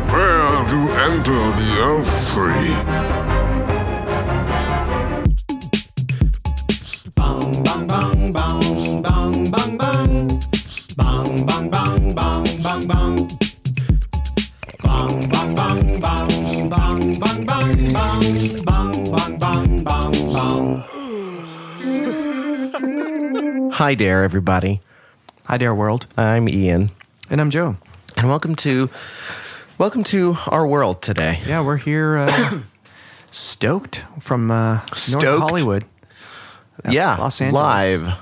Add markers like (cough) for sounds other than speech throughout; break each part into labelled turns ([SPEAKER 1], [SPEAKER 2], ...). [SPEAKER 1] how to enter the Elf Tree.
[SPEAKER 2] Hi there, everybody.
[SPEAKER 3] Hi, Dare World.
[SPEAKER 2] I'm Ian,
[SPEAKER 3] And I'm Joe.
[SPEAKER 2] and welcome to welcome to our world today.
[SPEAKER 3] Yeah, we're here uh, (coughs) stoked from uh, North
[SPEAKER 2] Stoked?
[SPEAKER 3] Hollywood.
[SPEAKER 2] yeah,
[SPEAKER 3] Los Angeles.
[SPEAKER 2] live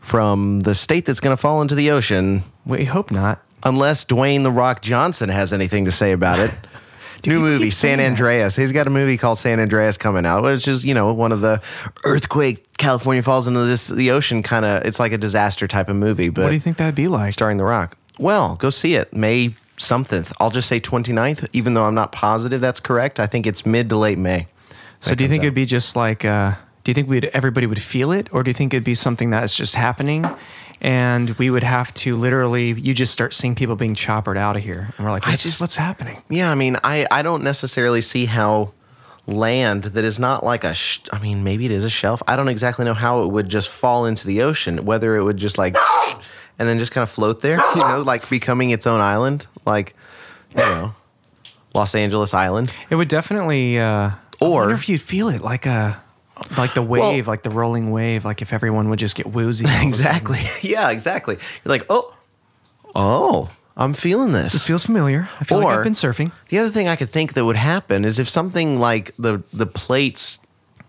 [SPEAKER 2] from the state that's going to fall into the ocean,
[SPEAKER 3] We hope not.
[SPEAKER 2] unless Dwayne the Rock Johnson has anything to say about it. New movie, San Andreas. He's got a movie called San Andreas coming out, which is you know one of the earthquake. California falls into this the ocean kind of. It's like a disaster type of movie. But
[SPEAKER 3] What do you think that'd be like?
[SPEAKER 2] starring The Rock. Well, go see it May something. I'll just say 29th, even though I'm not positive that's correct. I think it's mid to late May.
[SPEAKER 3] So, do you think it'd be just like? Uh, do you think we'd everybody would feel it, or do you think it'd be something that's just happening, and we would have to literally? You just start seeing people being choppered out of here, and we're like,
[SPEAKER 2] I
[SPEAKER 3] what's,
[SPEAKER 2] just-
[SPEAKER 3] what's happening?
[SPEAKER 2] Yeah, I mean, I, I don't necessarily see how land that is not like a sh- I mean, maybe it is a shelf. I don't exactly know how it would just fall into the ocean, whether it would just like (coughs) and then just kind of float there, (laughs) you know, like becoming its own island, like you know, Los Angeles Island.
[SPEAKER 3] It would definitely. Uh, I
[SPEAKER 2] Or-
[SPEAKER 3] wonder if you'd feel it like a. Like the wave, like the rolling wave, like if everyone would just get (laughs) woozy. all of a sudden.
[SPEAKER 2] Exactly. (laughs) Yeah, exactly. You're like, "Oh, oh, I'm feeling this."
[SPEAKER 3] This feels familiar. I feel like I've been surfing.
[SPEAKER 2] The other thing I could think that would happen is if something like the the plates,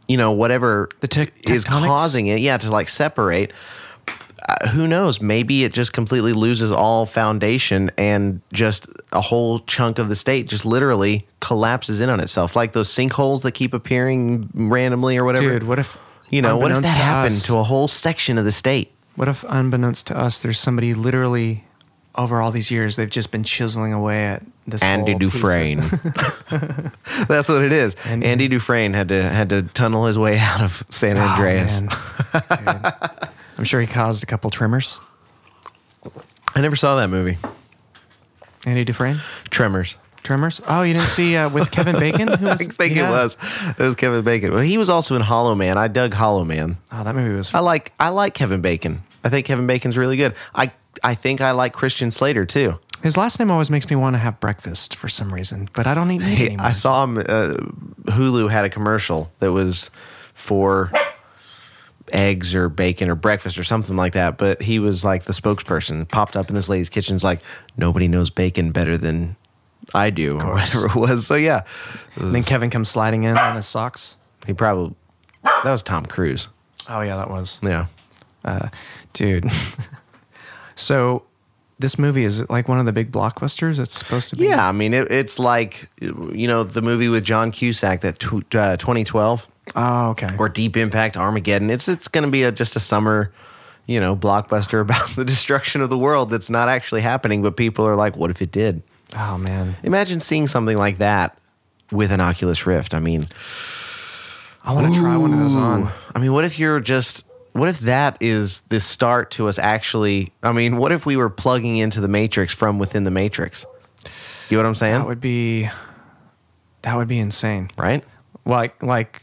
[SPEAKER 2] you know, whatever
[SPEAKER 3] The tec-
[SPEAKER 2] is
[SPEAKER 3] tectonics?
[SPEAKER 2] causing it, yeah, to like separate. Uh, who knows? Maybe it just completely loses all foundation and just a whole chunk of the state just literally collapses in on itself, like those sinkholes that keep appearing randomly or whatever.
[SPEAKER 3] Dude, what if
[SPEAKER 2] you know, what if
[SPEAKER 3] unbeknownst
[SPEAKER 2] that
[SPEAKER 3] to
[SPEAKER 2] happened
[SPEAKER 3] us-
[SPEAKER 2] to a whole section of the state?
[SPEAKER 3] What if, unbeknownst to us, there's somebody literally over all these years they've just been chiseling away at this.
[SPEAKER 2] Andy
[SPEAKER 3] whole piece of-
[SPEAKER 2] Dufresne.
[SPEAKER 3] (laughs)
[SPEAKER 2] That's what it is.
[SPEAKER 3] Andy-
[SPEAKER 2] Andy Dufresne had to had to tunnel his way (laughs) out of San
[SPEAKER 3] Oh,
[SPEAKER 2] Andreas.
[SPEAKER 3] man. Dude. I'm sure he caused a couple tremors.
[SPEAKER 2] I never saw that movie.
[SPEAKER 3] Andy Dufresne,
[SPEAKER 2] Tremors.
[SPEAKER 3] tremors. Oh, you didn't see uh, with Kevin Bacon?
[SPEAKER 2] (laughs)
[SPEAKER 3] Who was,
[SPEAKER 2] I think
[SPEAKER 3] yeah.
[SPEAKER 2] it was. It was Kevin Bacon. Well, he was also in Hollow Man. I dug Hollow Man.
[SPEAKER 3] Oh, that movie was.
[SPEAKER 2] I like I like Kevin Bacon. I think Kevin Bacon's really good. I I think I like Christian Slater too.
[SPEAKER 3] His last name always makes me want to have breakfast for some reason, but I don't eat meat
[SPEAKER 2] He,
[SPEAKER 3] anymore.
[SPEAKER 2] I saw him. Uh, Hulu had a commercial that was for eggs or bacon or breakfast or something like that. But he was like the spokesperson. Popped up in this lady's kitchen's like nobody knows bacon better than I do or whatever it was. So yeah,
[SPEAKER 3] and then Kevin comes sliding in on his socks.
[SPEAKER 2] he probably that was Tom Cruise.
[SPEAKER 3] Oh yeah, that was.
[SPEAKER 2] Yeah.
[SPEAKER 3] dude. (laughs) so this movie is it like one of the big blockbusters. It's supposed to be.
[SPEAKER 2] Yeah, I mean, it, it's like, you know, the movie with John Cusack, that tw- uh, 2012,
[SPEAKER 3] Oh, okay.
[SPEAKER 2] or Deep Impact, Armageddon. It's it's going to be a, just a summer, you know, blockbuster (laughs) about the destruction of the world that's not actually happening, but people are like, what if it did?
[SPEAKER 3] oh man,
[SPEAKER 2] Imagine seeing something like that with an Oculus Rift. I mean,
[SPEAKER 3] I want to try one of those on.
[SPEAKER 2] I mean, what if you're just what if that is the start to us actually? I mean, what if we were plugging into the matrix from within the matrix? You know what I'm saying?
[SPEAKER 3] That would be. That would be insane.
[SPEAKER 2] right?
[SPEAKER 3] Like like,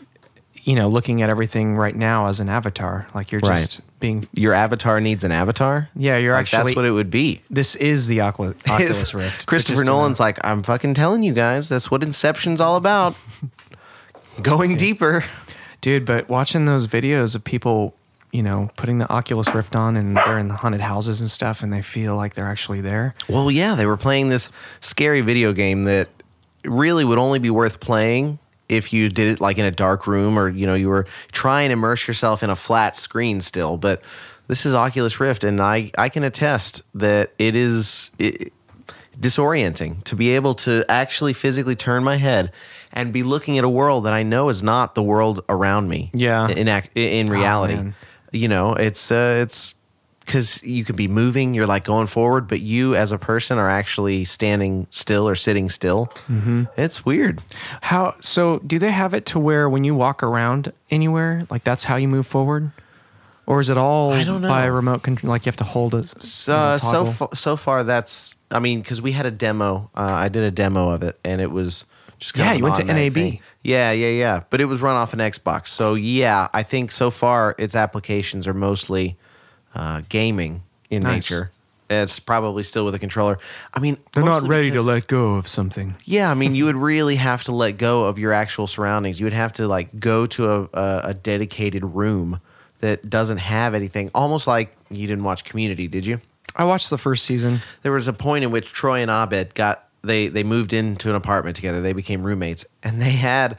[SPEAKER 3] you know, looking at everything right now as an avatar. Like you're
[SPEAKER 2] Right.
[SPEAKER 3] just being.
[SPEAKER 2] Your avatar needs an avatar?
[SPEAKER 3] Yeah, you're
[SPEAKER 2] Like,
[SPEAKER 3] actually-
[SPEAKER 2] That's what it would be.
[SPEAKER 3] This is
[SPEAKER 2] (laughs)
[SPEAKER 3] the Oculus, Oculus Rift.
[SPEAKER 2] Christopher
[SPEAKER 3] It's just
[SPEAKER 2] Nolan's like, I'm fucking telling you guys, that's what Inception's all
[SPEAKER 3] (laughs)
[SPEAKER 2] about. Going deeper.
[SPEAKER 3] a- dude. But watching those videos of people. You know, putting the Oculus Rift on and they're in haunted houses and stuff, and they feel like they're actually there.
[SPEAKER 2] Well, yeah, they were playing this scary video game that really would only be worth playing if you did it like in a dark room or you know you were trying to immerse yourself in a flat screen still. But this is Oculus Rift, and I I can attest that it is. It, disorienting to be able to actually physically turn my head and be looking at a world that I know is not the world around me.
[SPEAKER 3] Yeah.
[SPEAKER 2] In ac- in reality.
[SPEAKER 3] Oh, man.
[SPEAKER 2] you know, it's uh, it's cuz you could be moving, you're like going forward, but you as a person are actually standing still or sitting still. Mm-hmm. It's weird.
[SPEAKER 3] How so? Do they have it to where when you walk around anywhere, like that's how you move forward, or is it all
[SPEAKER 2] I don't
[SPEAKER 3] by
[SPEAKER 2] know.
[SPEAKER 3] remote control? Like you have to hold it.
[SPEAKER 2] So uh, so
[SPEAKER 3] toggle?
[SPEAKER 2] fa- so far, that's I mean, because we had a demo. Uh, I did a demo of it, and it was just kind
[SPEAKER 3] Yeah,
[SPEAKER 2] of an
[SPEAKER 3] you went to
[SPEAKER 2] on-night
[SPEAKER 3] NAB.
[SPEAKER 2] thing. Yeah, yeah, yeah. But it was run off an Xbox. So yeah, I think so far its applications are mostly uh, gaming in
[SPEAKER 3] Nice.
[SPEAKER 2] nature. It's probably still with a controller. I mean,
[SPEAKER 3] They're not
[SPEAKER 2] mostly
[SPEAKER 3] ready to
[SPEAKER 2] because-
[SPEAKER 3] let go of something.
[SPEAKER 2] Yeah, I mean, you would really have to let go of your actual surroundings. You would have to like go to a, a, a dedicated room that doesn't have anything. Almost like you didn't watch Community, did you?
[SPEAKER 3] I watched the first season.
[SPEAKER 2] there was a point in which Troy and Abed got they they moved into an apartment together. They became roommates, and they had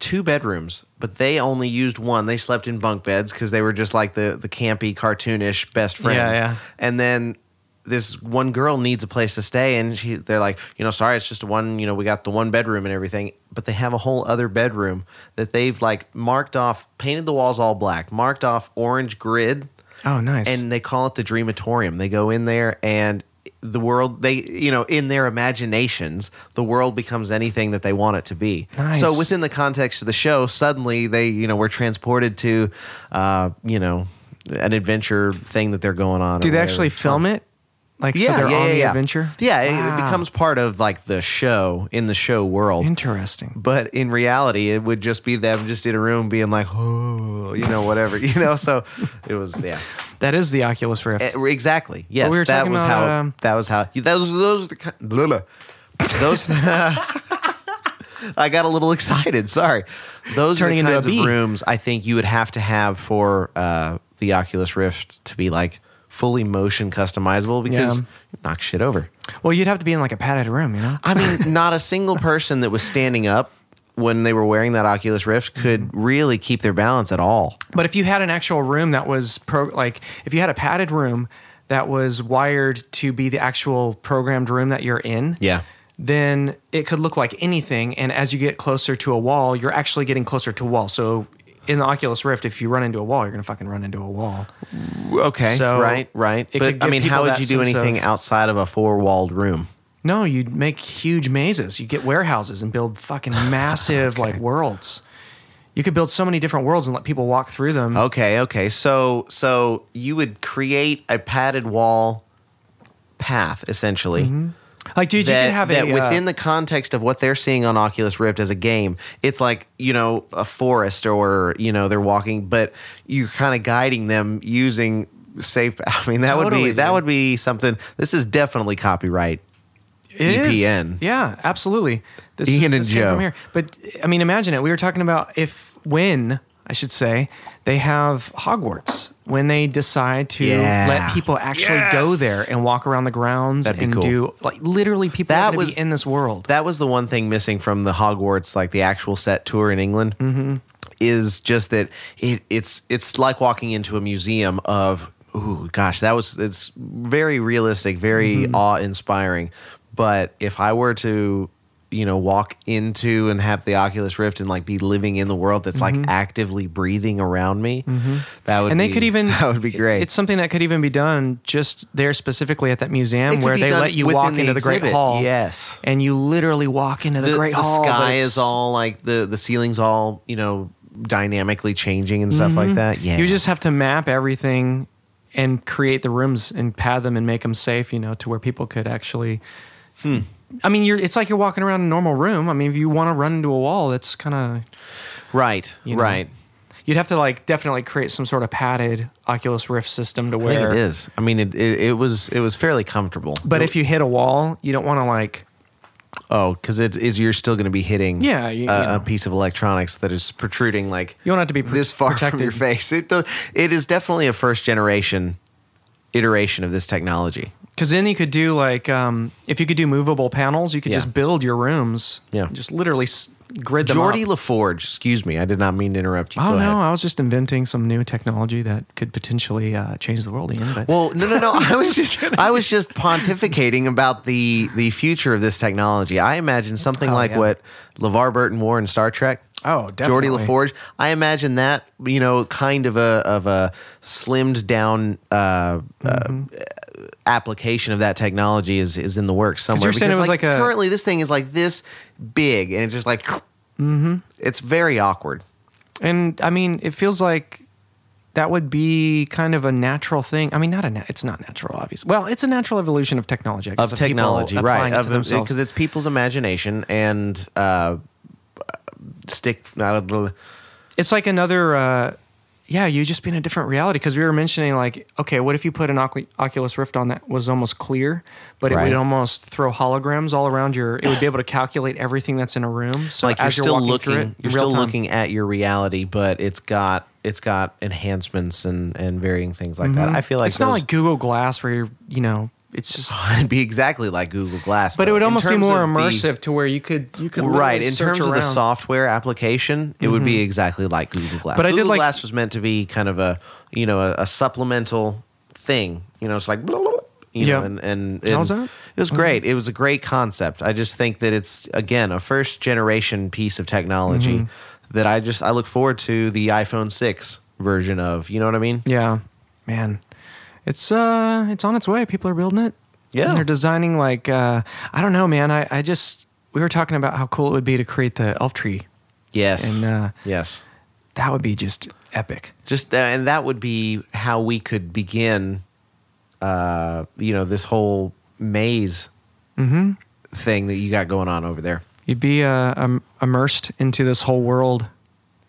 [SPEAKER 2] two bedrooms, but they only used one. They slept in bunk beds because they were just like the the campy, cartoonish best friends.
[SPEAKER 3] yeah.
[SPEAKER 2] And then this one girl needs a place to stay, and she they're like, you know, sorry, it's just one. You know, we got the one bedroom and everything, but they have a whole other bedroom that they've like marked off, painted the walls all black, marked off orange grid
[SPEAKER 3] Oh, nice.
[SPEAKER 2] and they call it the dreamatorium they go in there and the world they you know in their imaginations the world becomes anything that they want it to be
[SPEAKER 3] Nice.
[SPEAKER 2] so within the context of the show suddenly they you know were transported to uh you know an adventure thing that they're going on or
[SPEAKER 3] do they
[SPEAKER 2] whatever.
[SPEAKER 3] actually film it? Like so they're on the adventure.
[SPEAKER 2] yeah it- it
[SPEAKER 3] Wow.
[SPEAKER 2] becomes part of like the show in the show world
[SPEAKER 3] interesting.
[SPEAKER 2] but in reality it would just be them just in a room being like oh you know whatever (laughs) you know so it was yeah
[SPEAKER 3] That is the Oculus Rift.
[SPEAKER 2] Eh, Exactly. Yes,
[SPEAKER 3] we were
[SPEAKER 2] that
[SPEAKER 3] talking
[SPEAKER 2] was
[SPEAKER 3] about,
[SPEAKER 2] how.
[SPEAKER 3] um,
[SPEAKER 2] that was how. Those those are the ki- blah, blah. those. (laughs) I got a little excited. Sorry. Those
[SPEAKER 3] Turning
[SPEAKER 2] are the kinds
[SPEAKER 3] into a bee.
[SPEAKER 2] of rooms I think you would have to have for uh, the Oculus Rift to be like fully motion customizable because
[SPEAKER 3] Yeah.
[SPEAKER 2] you knock shit over.
[SPEAKER 3] well, you'd have to be in like a padded room, you know.
[SPEAKER 2] I mean, (laughs) not a single person that was standing up when they were wearing that Oculus Rift could
[SPEAKER 3] Mm-hmm.
[SPEAKER 2] really keep their balance at all.
[SPEAKER 3] But if you had an actual room that was pro, like if you had a padded room that was wired to be the actual programmed room that you're in,
[SPEAKER 2] Yeah.
[SPEAKER 3] then it could look like anything. And as you get closer to a wall, you're actually getting closer to a wall. So in the Oculus Rift, if you run into a wall, you're gonna fucking run into a wall.
[SPEAKER 2] Okay.
[SPEAKER 3] So,
[SPEAKER 2] right. Right.
[SPEAKER 3] it could
[SPEAKER 2] But I
[SPEAKER 3] give
[SPEAKER 2] mean,
[SPEAKER 3] people
[SPEAKER 2] how would
[SPEAKER 3] that
[SPEAKER 2] you do
[SPEAKER 3] sense of-
[SPEAKER 2] anything outside of a four-walled room?
[SPEAKER 3] No, you'd make huge mazes. You get warehouses and
[SPEAKER 2] (sighs)
[SPEAKER 3] build fucking massive like worlds. You could build so many different worlds and let people walk through them.
[SPEAKER 2] Okay, okay. So so you would create a padded wall path essentially.
[SPEAKER 3] Like, dude,
[SPEAKER 2] That,
[SPEAKER 3] Mm-hmm. you could have
[SPEAKER 2] that
[SPEAKER 3] a, uh,
[SPEAKER 2] within the context of what they're seeing on Oculus Rift as a game, it's like, you know, a forest or, you know, they're walking, but you're kind of guiding them using safe (laughs) I mean that would be
[SPEAKER 3] Totally,
[SPEAKER 2] that
[SPEAKER 3] dude.
[SPEAKER 2] would be something this is definitely copyright.
[SPEAKER 3] It is.
[SPEAKER 2] VPN.
[SPEAKER 3] Yeah, absolutely. This
[SPEAKER 2] E Ian and
[SPEAKER 3] this came
[SPEAKER 2] Joe.
[SPEAKER 3] From here. But I mean, imagine it. We were talking about if when I should say they have Hogwarts when they decide to
[SPEAKER 2] Yeah.
[SPEAKER 3] let people actually go there and walk around the grounds
[SPEAKER 2] That'd be
[SPEAKER 3] and
[SPEAKER 2] cool.
[SPEAKER 3] do like literally people
[SPEAKER 2] That
[SPEAKER 3] that
[SPEAKER 2] was-
[SPEAKER 3] be in this world.
[SPEAKER 2] That was the one thing missing from the Hogwarts, like the actual set tour in England,
[SPEAKER 3] Mm-hmm.
[SPEAKER 2] is just that it, it's it's like walking into a museum of. Ooh, gosh, that was it's very realistic, very
[SPEAKER 3] Mm-hmm.
[SPEAKER 2] awe inspiring. But if I were to, you know, walk into and have the Oculus Rift and like be living in the world that's like actively breathing around me, that would
[SPEAKER 3] Mm-hmm. and they
[SPEAKER 2] be-
[SPEAKER 3] could
[SPEAKER 2] (laughs)
[SPEAKER 3] even
[SPEAKER 2] that would be great.
[SPEAKER 3] It's something that could even be done just there specifically at that
[SPEAKER 2] It
[SPEAKER 3] museum
[SPEAKER 2] could
[SPEAKER 3] where
[SPEAKER 2] be
[SPEAKER 3] they
[SPEAKER 2] done
[SPEAKER 3] let you
[SPEAKER 2] within
[SPEAKER 3] walk
[SPEAKER 2] the
[SPEAKER 3] into the Great
[SPEAKER 2] exhibit,
[SPEAKER 3] Hall.
[SPEAKER 2] yes.
[SPEAKER 3] and you literally walk into the, Great Hall. but
[SPEAKER 2] sky
[SPEAKER 3] it's-
[SPEAKER 2] is all like the the ceiling's all you know dynamically changing and stuff like that. Yeah,
[SPEAKER 3] Mm-hmm. You just have to map everything and create the rooms and pad them and make them safe, you know, to where people could actually.
[SPEAKER 2] Hmm.
[SPEAKER 3] I mean, you're. It's like you're walking around a normal room. I mean, if you want to run into a wall, that's kind of.
[SPEAKER 2] right,
[SPEAKER 3] You know,
[SPEAKER 2] right.
[SPEAKER 3] You'd have to like definitely create some sort of padded Oculus Rift system to
[SPEAKER 2] I
[SPEAKER 3] where.
[SPEAKER 2] think it is. I mean, it, it it was it was fairly comfortable.
[SPEAKER 3] But if you hit a wall, you don't want to like.
[SPEAKER 2] oh, because it is you're still going to be hitting
[SPEAKER 3] Yeah, you- you
[SPEAKER 2] a, a
[SPEAKER 3] know.
[SPEAKER 2] piece of electronics that is protruding like
[SPEAKER 3] You don't have to be pr-
[SPEAKER 2] this far
[SPEAKER 3] protected.
[SPEAKER 2] from your face. It does, it is definitely a first generation iteration of this technology.
[SPEAKER 3] Because then you could do like, um, if you could do movable panels, you could
[SPEAKER 2] Yeah.
[SPEAKER 3] just build your rooms.
[SPEAKER 2] Yeah.
[SPEAKER 3] Just literally s- grid them
[SPEAKER 2] Jordy
[SPEAKER 3] up.
[SPEAKER 2] LaForge, excuse me, I did not mean to interrupt you.
[SPEAKER 3] Oh
[SPEAKER 2] Go
[SPEAKER 3] no!
[SPEAKER 2] ahead.
[SPEAKER 3] I was just inventing some new technology that could potentially uh, change the world, Ian. But
[SPEAKER 2] Well, no, no,
[SPEAKER 3] (laughs)
[SPEAKER 2] no. I was just, I was just pontificating about the the future of this technology. I imagine something
[SPEAKER 3] Oh,
[SPEAKER 2] like
[SPEAKER 3] yeah.
[SPEAKER 2] what LeVar Burton wore in Star Trek.
[SPEAKER 3] Oh,
[SPEAKER 2] Geordie
[SPEAKER 3] definitely.
[SPEAKER 2] LaForge. I imagine that you know, kind of a of a slimmed down uh,
[SPEAKER 3] Mm-hmm.
[SPEAKER 2] uh, application of that technology is is in the works somewhere.
[SPEAKER 3] were saying it
[SPEAKER 2] Because,
[SPEAKER 3] was like a-
[SPEAKER 2] currently this thing is like this big and it's just
[SPEAKER 3] Mm-hmm.
[SPEAKER 2] like, it's very awkward.
[SPEAKER 3] and I mean, it feels like that would be kind of a natural thing. I mean, not a na- it's not natural, obviously. Well, it's a natural evolution of technology. I guess,
[SPEAKER 2] of
[SPEAKER 3] people
[SPEAKER 2] technology, right?
[SPEAKER 3] applying it
[SPEAKER 2] Of
[SPEAKER 3] to themselves.
[SPEAKER 2] because it's people's imagination and uh, stick. Not a,
[SPEAKER 3] it's like another uh, yeah you just be in a different reality because we were mentioning like okay what if you put an Ocul- oculus rift on that was almost clear but it
[SPEAKER 2] Right.
[SPEAKER 3] would almost throw holograms all around your it would be able to calculate everything that's in a room so
[SPEAKER 2] like you're
[SPEAKER 3] as you're,
[SPEAKER 2] still
[SPEAKER 3] walking
[SPEAKER 2] looking.
[SPEAKER 3] through it in
[SPEAKER 2] you're
[SPEAKER 3] real
[SPEAKER 2] still
[SPEAKER 3] time.
[SPEAKER 2] looking at your reality, but it's got it's got enhancements and and varying things like that. I feel like
[SPEAKER 3] Mm-hmm. it's not
[SPEAKER 2] those-
[SPEAKER 3] like google glass where you're you know it's just
[SPEAKER 2] (laughs) it'd be exactly like Google Glass,
[SPEAKER 3] but it
[SPEAKER 2] though.
[SPEAKER 3] would
[SPEAKER 2] In
[SPEAKER 3] almost be
[SPEAKER 2] terms
[SPEAKER 3] more
[SPEAKER 2] of the-
[SPEAKER 3] immersive to where you could you could
[SPEAKER 2] Right,
[SPEAKER 3] literally
[SPEAKER 2] in
[SPEAKER 3] search
[SPEAKER 2] terms of the
[SPEAKER 3] around. Mm-hmm.
[SPEAKER 2] software application, it would be exactly like Google Glass.
[SPEAKER 3] But I did
[SPEAKER 2] Google
[SPEAKER 3] like-
[SPEAKER 2] Glass was meant to be kind of a you know a, a supplemental thing. You know, it's like blah, blah, blah, you
[SPEAKER 3] Yeah.
[SPEAKER 2] know, and and,
[SPEAKER 3] How's
[SPEAKER 2] and
[SPEAKER 3] that?
[SPEAKER 2] it was great. It was a great concept. I just think that it's again a first generation piece of technology
[SPEAKER 3] Mm-hmm.
[SPEAKER 2] that I just I look forward to the iPhone six version of. You know what I mean?
[SPEAKER 3] Yeah, man, it's uh, it's on its way. People are building it.
[SPEAKER 2] Yeah.
[SPEAKER 3] And they're designing like uh, I don't know, man. I I just we were talking about how cool it would be to create the elf tree.
[SPEAKER 2] Yes.
[SPEAKER 3] And, uh,
[SPEAKER 2] yes.
[SPEAKER 3] That would be just epic.
[SPEAKER 2] just tha- and that would be how we could begin uh you know this whole maze
[SPEAKER 3] Mm-hmm.
[SPEAKER 2] thing that you got going on over there
[SPEAKER 3] You'd be uh, um, immersed into this whole world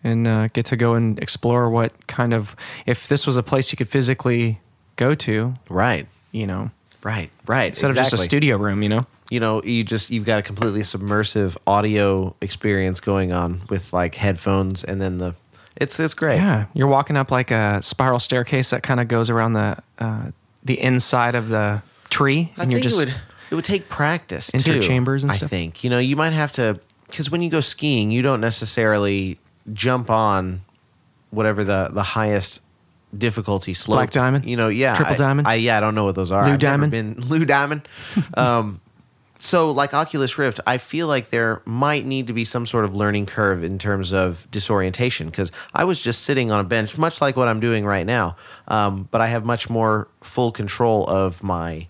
[SPEAKER 3] and uh, get to go and explore what kind of if this was a place you could physically go to,
[SPEAKER 2] right
[SPEAKER 3] you know,
[SPEAKER 2] right right
[SPEAKER 3] instead of just a
[SPEAKER 2] exactly.
[SPEAKER 3] studio room, you know.
[SPEAKER 2] you know you just you've got a completely submersive audio experience going on with like headphones and then the it's it's great
[SPEAKER 3] Yeah, you're walking up like a spiral staircase that kind of goes around the uh, the inside of the tree,
[SPEAKER 2] I
[SPEAKER 3] and you're
[SPEAKER 2] think
[SPEAKER 3] just
[SPEAKER 2] it would it would take practice
[SPEAKER 3] Enter
[SPEAKER 2] too,
[SPEAKER 3] chambers and
[SPEAKER 2] I
[SPEAKER 3] stuff?
[SPEAKER 2] think you know you might have to because when you go skiing, you don't necessarily jump on whatever the the highest difficulty slope.
[SPEAKER 3] Black diamond?
[SPEAKER 2] you know, yeah,
[SPEAKER 3] Triple
[SPEAKER 2] I-
[SPEAKER 3] diamond?
[SPEAKER 2] I, yeah, I don't know what those are.
[SPEAKER 3] Blue
[SPEAKER 2] I've never
[SPEAKER 3] diamond?
[SPEAKER 2] been (laughs) blue diamond. Um, so like Oculus Rift, I feel like there might need to be some sort of learning curve in terms of disorientation because I was just sitting on a bench, much like what I'm doing right now, um, but I have much more full control of my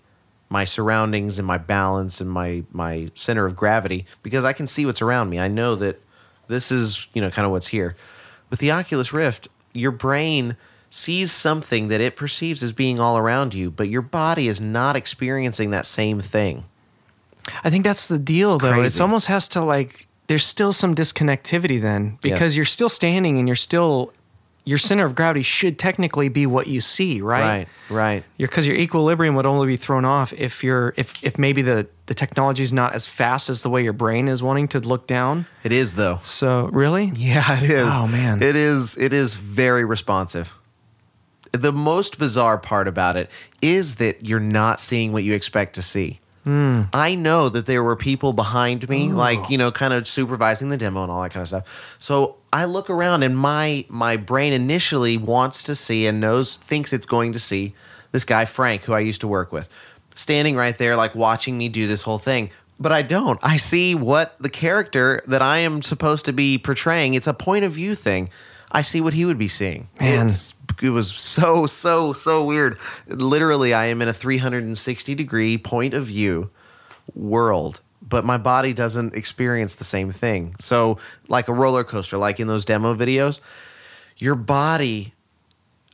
[SPEAKER 2] my surroundings and my balance and my my center of gravity because I can see what's around me. I know that this is you know kind of what's here. With the Oculus Rift, your brain sees something that it perceives as being all around you, but your body is not experiencing that same thing.
[SPEAKER 3] I think that's the deal, though. It's
[SPEAKER 2] crazy.
[SPEAKER 3] almost has to like there's still some disconnectivity then because
[SPEAKER 2] Yes.
[SPEAKER 3] you're still standing and you're still your center of gravity should technically be what you see, right?
[SPEAKER 2] Right, right.
[SPEAKER 3] Your because your equilibrium would only be thrown off if you're if if maybe the the technology is not as fast as the way your brain is wanting to look down.
[SPEAKER 2] It is though.
[SPEAKER 3] So really,
[SPEAKER 2] Yeah, it is.
[SPEAKER 3] Oh, man.
[SPEAKER 2] It is it is very responsive. The most bizarre part about it is that you're not seeing what you expect to see. I know that there were people behind me, like, you know, kind of supervising the demo and all that kind of stuff. So I look around and my my brain initially wants to see and knows thinks it's going to see this guy Frank, who I used to work with, standing right there, like watching me do this whole thing. But I don't. I see what the character that I am supposed to be portraying. It's a point of view thing. I see what he would be seeing.
[SPEAKER 3] Man.
[SPEAKER 2] It's- it was so so so weird. Literally, I am in a 360 degree point of view world, but my body doesn't experience the same thing. So, like a roller coaster, like in those demo videos, your body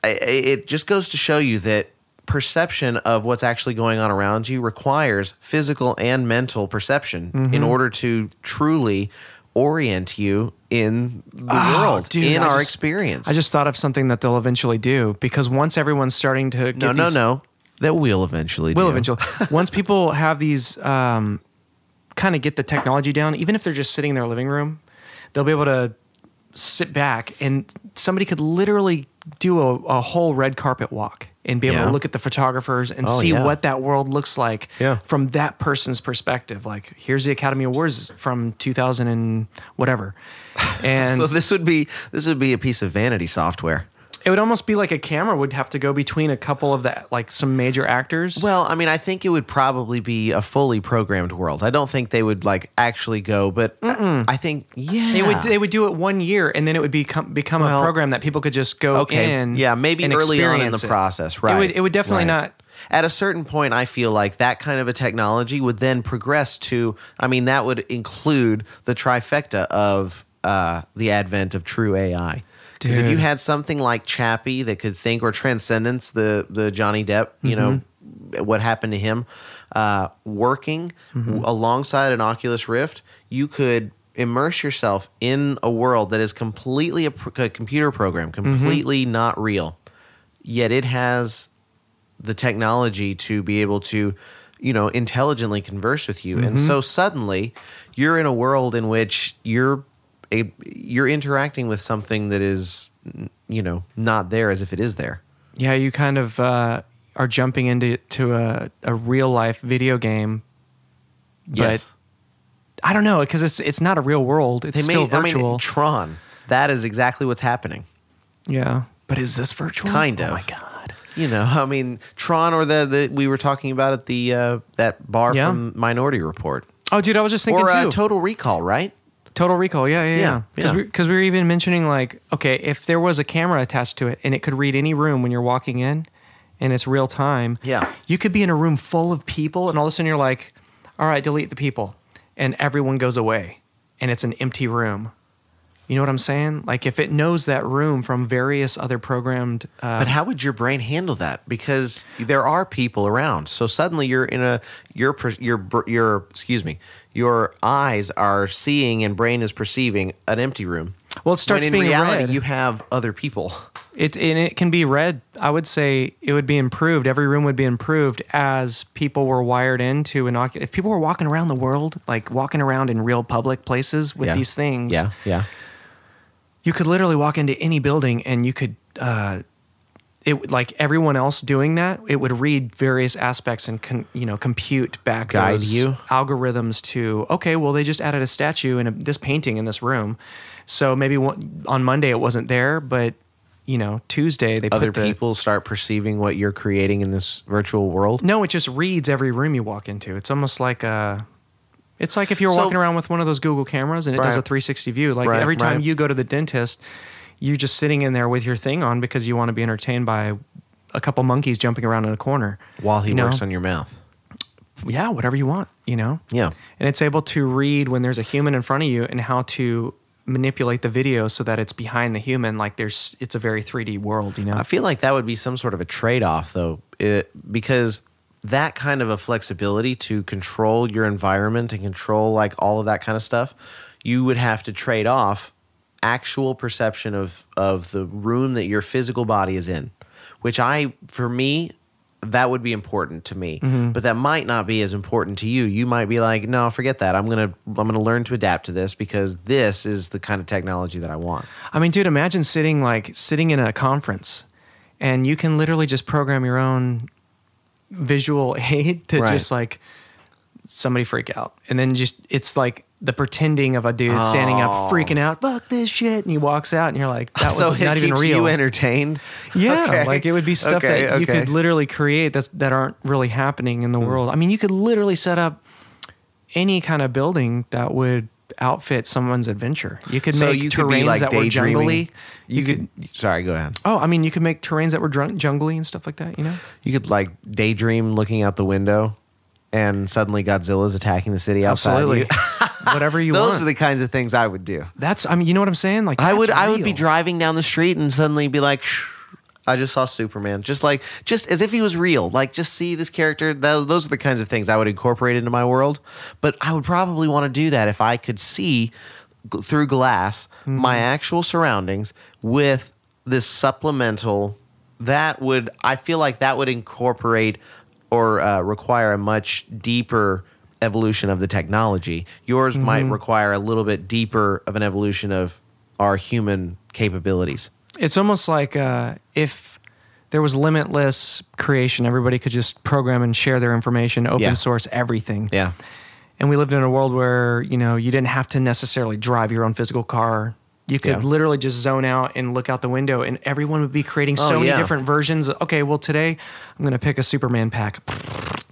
[SPEAKER 2] I- I- it just goes to show you that perception of what's actually going on around you requires physical and mental perception
[SPEAKER 3] Mm-hmm.
[SPEAKER 2] in order to truly orient you in the
[SPEAKER 3] Oh,
[SPEAKER 2] world
[SPEAKER 3] dude,
[SPEAKER 2] in
[SPEAKER 3] I
[SPEAKER 2] our
[SPEAKER 3] just-
[SPEAKER 2] experience
[SPEAKER 3] I just thought of something that they'll eventually do because once everyone's starting to get
[SPEAKER 2] no no
[SPEAKER 3] these-
[SPEAKER 2] no that will eventually
[SPEAKER 3] will
[SPEAKER 2] do. (laughs)
[SPEAKER 3] eventually once people have these um, kind of get the technology down, even if they're just sitting in their living room, they'll be able to sit back and somebody could literally do a, a whole red carpet walk and be able
[SPEAKER 2] Yeah.
[SPEAKER 3] to look at the photographers and
[SPEAKER 2] Oh,
[SPEAKER 3] see
[SPEAKER 2] yeah.
[SPEAKER 3] what that world looks like
[SPEAKER 2] Yeah.
[SPEAKER 3] from that person's perspective. Like here's the Academy Awards from 2000 and whatever,
[SPEAKER 2] (laughs)
[SPEAKER 3] and
[SPEAKER 2] so this would be this would be a piece of vanity software
[SPEAKER 3] it would almost be like a camera would have to go between a couple of the like some major actors.
[SPEAKER 2] Well, I mean, I think it would probably be a fully programmed world. I don't think they would like actually go, but I, I think yeah,
[SPEAKER 3] They would they would do it one year and then it would become become
[SPEAKER 2] Well,
[SPEAKER 3] a program that people could just go
[SPEAKER 2] okay,
[SPEAKER 3] in.
[SPEAKER 2] yeah, maybe
[SPEAKER 3] and
[SPEAKER 2] early on in
[SPEAKER 3] experience
[SPEAKER 2] the
[SPEAKER 3] it.
[SPEAKER 2] process, right?
[SPEAKER 3] It would, it would definitely
[SPEAKER 2] right.
[SPEAKER 3] not.
[SPEAKER 2] At a certain point, I feel like that kind of a technology would then progress to. I mean, that would include the trifecta of uh, the advent of true AI. Because if you
[SPEAKER 3] Dude.
[SPEAKER 2] had something like Chappie that could think, or Transcendence, the the Johnny Depp, you
[SPEAKER 3] Mm-hmm.
[SPEAKER 2] know, what happened to him, uh, working w- alongside an Oculus Rift, you could immerse yourself in a world that is completely a, pr- a computer program,
[SPEAKER 3] Mm-hmm.
[SPEAKER 2] completely not real, yet it has the technology to be able to you know intelligently converse with you
[SPEAKER 3] Mm-hmm.
[SPEAKER 2] and so suddenly you're in a world in which you're a, you're interacting with something that is you know not there as if it is there
[SPEAKER 3] Yeah, you kind of uh, are jumping into to a, a real life video game. But
[SPEAKER 2] Yes.
[SPEAKER 3] I don't know because it's it's not a real world. It's
[SPEAKER 2] they
[SPEAKER 3] still
[SPEAKER 2] made i
[SPEAKER 3] virtual.
[SPEAKER 2] mean tron that is exactly what's happening
[SPEAKER 3] yeah, but is this virtual?
[SPEAKER 2] Kind
[SPEAKER 3] Oh
[SPEAKER 2] of.
[SPEAKER 3] my god.
[SPEAKER 2] you know i mean tron or the, the we were talking about at the uh, that bar
[SPEAKER 3] Yeah.
[SPEAKER 2] from minority report
[SPEAKER 3] Oh, dude, I was just thinking
[SPEAKER 2] or uh,
[SPEAKER 3] too.
[SPEAKER 2] total recall right
[SPEAKER 3] Total Recall. Yeah, yeah, yeah.
[SPEAKER 2] Yeah,
[SPEAKER 3] Because
[SPEAKER 2] yeah.
[SPEAKER 3] we, 'cause we were even mentioning like, okay, if there was a camera attached to it and it could read any room when you're walking in, and it's real time.
[SPEAKER 2] Yeah.
[SPEAKER 3] You could be in a room full of people, and all of a sudden you're like, all right, delete the people, and everyone goes away, and it's an empty room. You know what I'm saying? Like if it knows that room from various other programmed. Uh,
[SPEAKER 2] But how would your brain handle that? Because there are people around. So suddenly you're in a your per- your br- your excuse me, your eyes are seeing and brain is perceiving an empty room.
[SPEAKER 3] well, it starts
[SPEAKER 2] when in
[SPEAKER 3] being
[SPEAKER 2] reality
[SPEAKER 3] read.
[SPEAKER 2] you have other people. (laughs)
[SPEAKER 3] It and it can be read. I would say it would be improved. Every room would be improved as people were wired into an ocu- If people were walking around the world, like walking around in real public places with these things,
[SPEAKER 2] Yeah, yeah.
[SPEAKER 3] you could literally walk into any building and you could. Uh, it would like everyone else doing that. It would read various aspects and con, you know compute back
[SPEAKER 2] Guide
[SPEAKER 3] those
[SPEAKER 2] you.
[SPEAKER 3] algorithms to okay. Well, they just added a statue and a, this painting in this room, so maybe one, on Monday it wasn't there, but you know Tuesday they
[SPEAKER 2] Other
[SPEAKER 3] put the,
[SPEAKER 2] people start perceiving what you're creating in this virtual world.
[SPEAKER 3] No, it just reads every room you walk into. It's almost like a. It's like if you were
[SPEAKER 2] So-
[SPEAKER 3] walking around with one of those Google cameras and it does
[SPEAKER 2] Right.
[SPEAKER 3] a 360 view. Like
[SPEAKER 2] Right,
[SPEAKER 3] every time
[SPEAKER 2] right.
[SPEAKER 3] you go to the dentist, you're just sitting in there with your thing on because you want to be entertained by a couple monkeys jumping around in a corner
[SPEAKER 2] While he
[SPEAKER 3] you know?
[SPEAKER 2] works on your mouth.
[SPEAKER 3] yeah, whatever you want, you know?
[SPEAKER 2] Yeah.
[SPEAKER 3] And it's able to read when there's a human in front of you and how to manipulate the video so that it's behind the human. Like there's, it's a very 3D world, you know?
[SPEAKER 2] I feel like that would be some sort of a trade off, though, it, because that kind of a flexibility to control your environment and control like all of that kind of stuff, you would have to trade off actual perception of of the room that your physical body is in, which I, for me, that would be important to me, but that might not be as important to you. You might be like, no, forget that. I'm gonna I'm gonna learn to adapt to this because this is the kind of technology that I want.
[SPEAKER 3] I mean, dude, imagine sitting like sitting in a conference and you can literally just program your own visual (laughs) aid to
[SPEAKER 2] Right.
[SPEAKER 3] just like somebody freak out. And then just it's like the pretending of a dude standing up freaking out, fuck this shit, and he walks out and you're like, that was
[SPEAKER 2] Oh. (laughs) so
[SPEAKER 3] not
[SPEAKER 2] it
[SPEAKER 3] even
[SPEAKER 2] keeps
[SPEAKER 3] real.
[SPEAKER 2] you entertained.
[SPEAKER 3] (laughs) Yeah,
[SPEAKER 2] (laughs) Okay.
[SPEAKER 3] like it would be stuff
[SPEAKER 2] Okay,
[SPEAKER 3] that you
[SPEAKER 2] okay. Hmm.
[SPEAKER 3] could literally create that's that aren't really happening in the world. I mean, you could literally set up any kind of building that would outfit someone's adventure. You could
[SPEAKER 2] so
[SPEAKER 3] make
[SPEAKER 2] you could
[SPEAKER 3] terrains
[SPEAKER 2] be like
[SPEAKER 3] that were
[SPEAKER 2] daydreaming.
[SPEAKER 3] jungly.
[SPEAKER 2] You, could, sorry, go ahead.
[SPEAKER 3] Oh, I mean, you could make terrains that were drunk, jungly and stuff like that. You know,
[SPEAKER 2] You could like daydream looking out the window, and suddenly Godzilla's attacking the city outside. you. (laughs)
[SPEAKER 3] Whatever (laughs) you
[SPEAKER 2] Those
[SPEAKER 3] want.
[SPEAKER 2] are the kinds of things I would do.
[SPEAKER 3] that's I mean, you know what I'm saying? Like
[SPEAKER 2] I
[SPEAKER 3] that's
[SPEAKER 2] would I would be
[SPEAKER 3] real.
[SPEAKER 2] driving down the street and suddenly be like, "Shh, I just saw Superman, just like just as if he was real. Like just see this character. Tho- those are the kinds of things I would incorporate into my world. But I would probably want to do that if I could see g- through glass
[SPEAKER 3] Mm-hmm.
[SPEAKER 2] my actual surroundings with this supplemental. That would I feel like that would incorporate or uh, require a much deeper evolution of the technology. Yours
[SPEAKER 3] Mm-hmm.
[SPEAKER 2] might require a little bit deeper of an evolution of our human capabilities.
[SPEAKER 3] It's almost like uh, if there was limitless creation, everybody could just program and share their information, open
[SPEAKER 2] Yeah.
[SPEAKER 3] source everything.
[SPEAKER 2] Yeah.
[SPEAKER 3] and we lived in a world where you know you didn't have to necessarily drive your own physical car you could
[SPEAKER 2] Yeah.
[SPEAKER 3] literally just zone out and look out the window and everyone would be creating so
[SPEAKER 2] Oh,
[SPEAKER 3] many
[SPEAKER 2] yeah.
[SPEAKER 3] different versions okay well today i'm going to pick a superman pack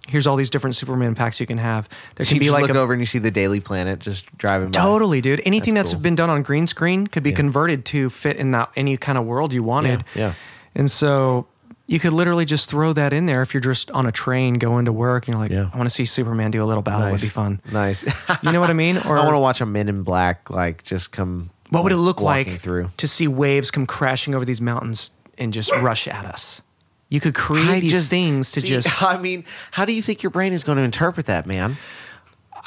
[SPEAKER 3] here's all these different superman packs you can have there can
[SPEAKER 2] you
[SPEAKER 3] be
[SPEAKER 2] just
[SPEAKER 3] like
[SPEAKER 2] look
[SPEAKER 3] a
[SPEAKER 2] over and you see the Daily Planet just driving by.
[SPEAKER 3] Totally, dude. Anything
[SPEAKER 2] That's
[SPEAKER 3] that's
[SPEAKER 2] cool.
[SPEAKER 3] been done on green screen could be converted to fit in that any kind of world you wanted.
[SPEAKER 2] Yeah, yeah.
[SPEAKER 3] And so you could literally just throw that in there if you're just on a train going to work and you're like,
[SPEAKER 2] Yeah.
[SPEAKER 3] I want to see Superman
[SPEAKER 2] (laughs)
[SPEAKER 3] do a little battle. It would be fun.
[SPEAKER 2] Nice.
[SPEAKER 3] You know what I mean? Or
[SPEAKER 2] I want to watch a Men in Black like just come
[SPEAKER 3] What would it look
[SPEAKER 2] walking
[SPEAKER 3] like
[SPEAKER 2] through.
[SPEAKER 3] to see waves come crashing over these mountains and just rush at us? You could create these things to
[SPEAKER 2] see, (sighs)
[SPEAKER 3] just.
[SPEAKER 2] (laughs) I mean, how do you think your brain is going to interpret that, man?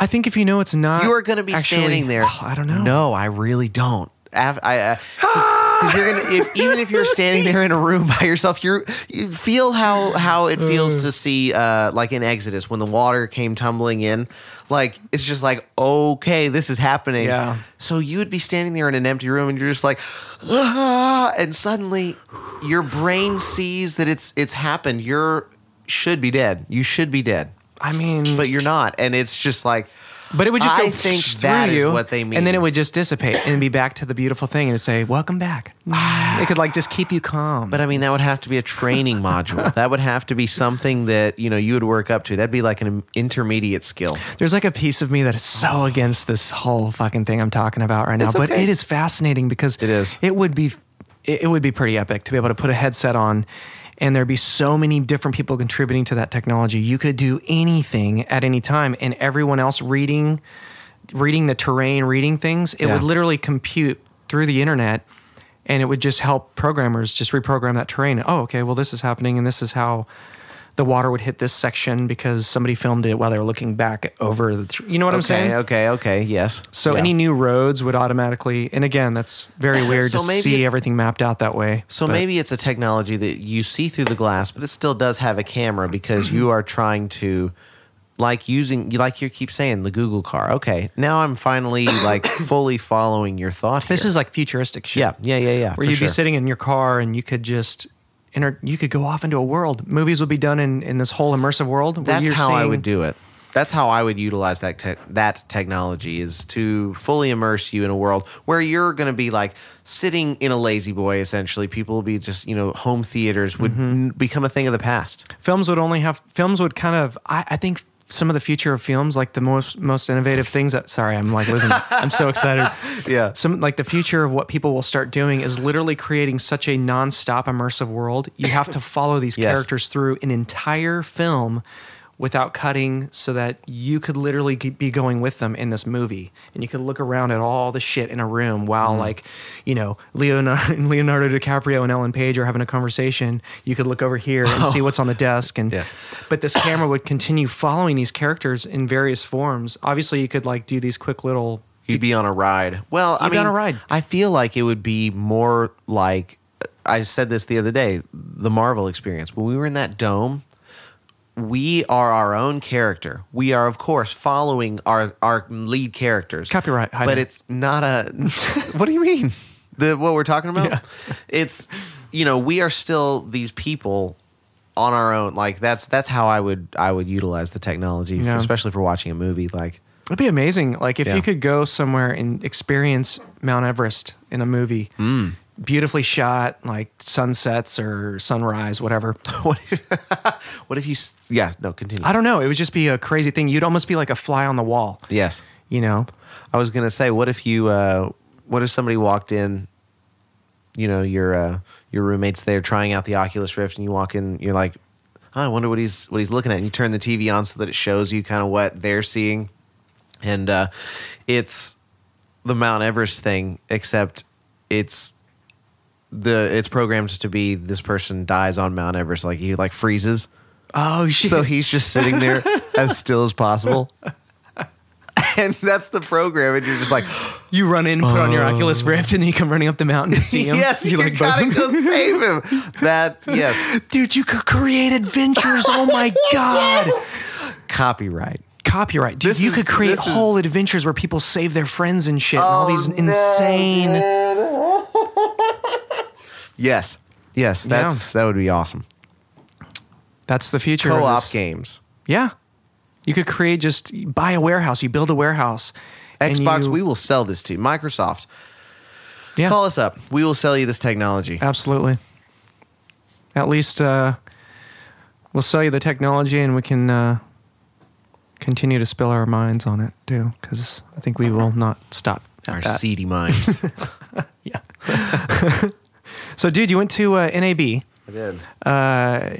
[SPEAKER 3] I think if you know it's not,
[SPEAKER 2] You are going to be
[SPEAKER 3] actually-
[SPEAKER 2] standing there.
[SPEAKER 3] Oh, (sighs) I don't know.
[SPEAKER 2] No, I really don't. Af- I, I, 'cause you're gonna, if, even if you're standing there in a room by yourself, you you feel how how it feels to see uh, like in Exodus when the water came tumbling in. Like it's just like okay, this is happening.
[SPEAKER 3] Yeah.
[SPEAKER 2] So you would be standing there in an empty room, and you're just like, ah, and suddenly your brain sees that it's it's happened. You're should be dead. You should be dead,
[SPEAKER 3] I mean,
[SPEAKER 2] but you're not, and it's just like.
[SPEAKER 3] But it would just
[SPEAKER 2] I
[SPEAKER 3] go
[SPEAKER 2] think
[SPEAKER 3] through
[SPEAKER 2] that is
[SPEAKER 3] you,
[SPEAKER 2] what they mean.
[SPEAKER 3] and then it would just dissipate and be back to the beautiful thing, and it'd say, "Welcome back." it could like just keep you calm.
[SPEAKER 2] Ah. But I mean, that would have to be a training
[SPEAKER 3] (laughs)
[SPEAKER 2] module. That would have to be something that you know you would work up to. That'd be like an intermediate skill.
[SPEAKER 3] There's like a piece of me that is so against this whole fucking thing I'm talking about right now,
[SPEAKER 2] It's
[SPEAKER 3] but
[SPEAKER 2] okay.
[SPEAKER 3] it is fascinating because
[SPEAKER 2] It is.
[SPEAKER 3] It would be, it it would be pretty epic to be able to put a headset on, and there'd be so many different people contributing to that technology. You could do anything at any time, and everyone else reading, reading the terrain, reading things. It
[SPEAKER 2] Yeah.
[SPEAKER 3] would literally compute through the internet. And it would just help programmers just reprogram that terrain. Oh, okay. Well, this is happening, and this is how the water would hit this section because somebody filmed it while they were looking back over the. tr- you know what I'm saying?
[SPEAKER 2] Okay, okay, okay. Yes.
[SPEAKER 3] So
[SPEAKER 2] Yeah.
[SPEAKER 3] any new roads would automatically, and again, that's
[SPEAKER 2] (laughs)
[SPEAKER 3] very weird
[SPEAKER 2] So
[SPEAKER 3] to
[SPEAKER 2] maybe
[SPEAKER 3] see
[SPEAKER 2] it's-
[SPEAKER 3] everything mapped out that way.
[SPEAKER 2] So
[SPEAKER 3] but
[SPEAKER 2] maybe it's a technology that you see through the glass, but it still does have a camera because you are trying to, like using, like you keep saying, the Google car. Okay, now I'm finally
[SPEAKER 3] (coughs)
[SPEAKER 2] like fully following your thought.
[SPEAKER 3] this
[SPEAKER 2] here.
[SPEAKER 3] is like futuristic shit.
[SPEAKER 2] yeah, yeah, yeah, yeah.
[SPEAKER 3] where
[SPEAKER 2] for
[SPEAKER 3] you'd
[SPEAKER 2] sure.
[SPEAKER 3] be sitting in your car and you could just. Enter, you could go off into a world. Movies would be done in, in this whole immersive world. Where
[SPEAKER 2] That's
[SPEAKER 3] you're
[SPEAKER 2] how I
[SPEAKER 3] seeing-
[SPEAKER 2] would do it. That's how I would utilize that te- that technology is to fully immerse you in a world where you're going to be like sitting in a lazy boy. Essentially, people will be just you know home theaters would
[SPEAKER 3] Mm-hmm.
[SPEAKER 2] n- become a thing of the past.
[SPEAKER 3] films would only have films would kind of I, I think some of the future of films like the most most innovative things that sorry i'm like losing i'm so excited
[SPEAKER 2] Yeah.
[SPEAKER 3] some like the future of what people will start doing is literally creating such a nonstop immersive world you have to follow
[SPEAKER 2] (laughs)
[SPEAKER 3] these
[SPEAKER 2] Yes.
[SPEAKER 3] characters through an entire film without cutting so that you could literally g- be going with them in this movie and you could look around at all the shit in a room
[SPEAKER 2] Mm.
[SPEAKER 3] while like you know leonardo, (laughs) leonardo dicaprio and ellen page are having a conversation you could look over here and
[SPEAKER 2] (laughs)
[SPEAKER 3] see what's on the desk and
[SPEAKER 2] Oh. Yeah.
[SPEAKER 3] but this camera would continue following these characters in various forms obviously you could like do these quick little
[SPEAKER 2] You'd be on a ride. Well, I
[SPEAKER 3] You'd be
[SPEAKER 2] mean,
[SPEAKER 3] on a ride.
[SPEAKER 2] I feel like it would be more like I said this the other day, the Marvel experience. When we were in that dome, we are our own character. We are, of course, following our our lead characters.
[SPEAKER 3] Copyright, Hyman.
[SPEAKER 2] but it's not a. (laughs) what do you mean? The what we're talking about? It's you know we are still these people on our own. Like that's that's how I would I would utilize the technology,
[SPEAKER 3] Yeah.
[SPEAKER 2] especially for watching a movie. Like (laughs)
[SPEAKER 3] It'd be amazing. Like if
[SPEAKER 2] Yeah.
[SPEAKER 3] you could go somewhere and experience Mount Everest in a movie,
[SPEAKER 2] Mm.
[SPEAKER 3] beautifully shot, like sunsets or sunrise, whatever.
[SPEAKER 2] What if, what if (laughs) you? s- Yeah, no, continue.
[SPEAKER 3] I don't know. It would just be a crazy thing. You'd almost be like a fly on the wall.
[SPEAKER 2] yes,
[SPEAKER 3] You know,
[SPEAKER 2] I was gonna say, what if you? Uh, what if somebody walked in? You know, your uh, your roommate's there trying out the Oculus Rift, and you walk in, you're like, oh, I wonder what he's what he's looking at, and you turn the TV on so that it shows you kind of what they're seeing, and uh, it's the Mount Everest thing, except it's the it's programmed to be this person dies on Mount Everest, like he like freezes.
[SPEAKER 3] oh shit.
[SPEAKER 2] So he's just sitting
[SPEAKER 3] (laughs)
[SPEAKER 2] there as still as possible. And that's the program, and you're just
[SPEAKER 3] (gasps)
[SPEAKER 2] like,
[SPEAKER 3] you run in, put on your Oculus Rift, and then you come running up the mountain
[SPEAKER 2] (laughs)
[SPEAKER 3] to see him.
[SPEAKER 2] Oh. yes, you,
[SPEAKER 3] like both
[SPEAKER 2] gotta
[SPEAKER 3] of (laughs)
[SPEAKER 2] go
[SPEAKER 3] them?
[SPEAKER 2] save him. (laughs) That yes,
[SPEAKER 3] Dude, you could create adventures. Oh
[SPEAKER 2] (laughs)
[SPEAKER 3] my god.
[SPEAKER 2] copyright.
[SPEAKER 3] Copyright. Dude,
[SPEAKER 2] This
[SPEAKER 3] you
[SPEAKER 2] is-
[SPEAKER 3] could create
[SPEAKER 2] this is- Oh,
[SPEAKER 3] whole adventures where people save their friends and shit and all these insane
[SPEAKER 2] Yes, yes, that's that would be awesome.
[SPEAKER 3] That's the future. of
[SPEAKER 2] Co-op
[SPEAKER 3] this.
[SPEAKER 2] games,
[SPEAKER 3] Yeah. You could create just buy a warehouse, you build a warehouse. and
[SPEAKER 2] Xbox.
[SPEAKER 3] you-
[SPEAKER 2] we will sell this to you. Microsoft.
[SPEAKER 3] yeah,
[SPEAKER 2] Call us up. We will sell you this technology.
[SPEAKER 3] absolutely. At least uh, we'll sell you the technology and we can uh, continue to spill our minds on it too, because I think we will not stop. At
[SPEAKER 2] Our (laughs)
[SPEAKER 3] that.
[SPEAKER 2] seedy minds.
[SPEAKER 3] yeah. (laughs) so, dude, you went to uh, NAB.
[SPEAKER 2] I did.
[SPEAKER 3] Uh,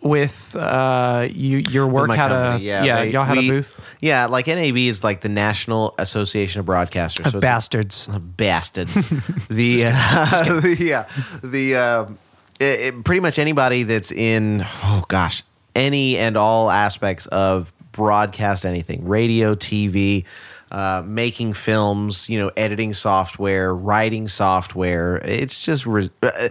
[SPEAKER 3] with uh, you, your work
[SPEAKER 2] my
[SPEAKER 3] had
[SPEAKER 2] company,
[SPEAKER 3] a yeah,
[SPEAKER 2] they-
[SPEAKER 3] y'all had
[SPEAKER 2] we-
[SPEAKER 3] a booth.
[SPEAKER 2] Yeah, like NAB is like the National Association of Broadcasters. so it's-
[SPEAKER 3] Bastards. (laughs)
[SPEAKER 2] bastards. the, uh, (laughs) the yeah, the um, it, it- pretty much anybody that's in oh gosh, any and all aspects of broadcast anything, radio, TV, uh, making films, you know, editing software, writing software. It's just. Res- uh,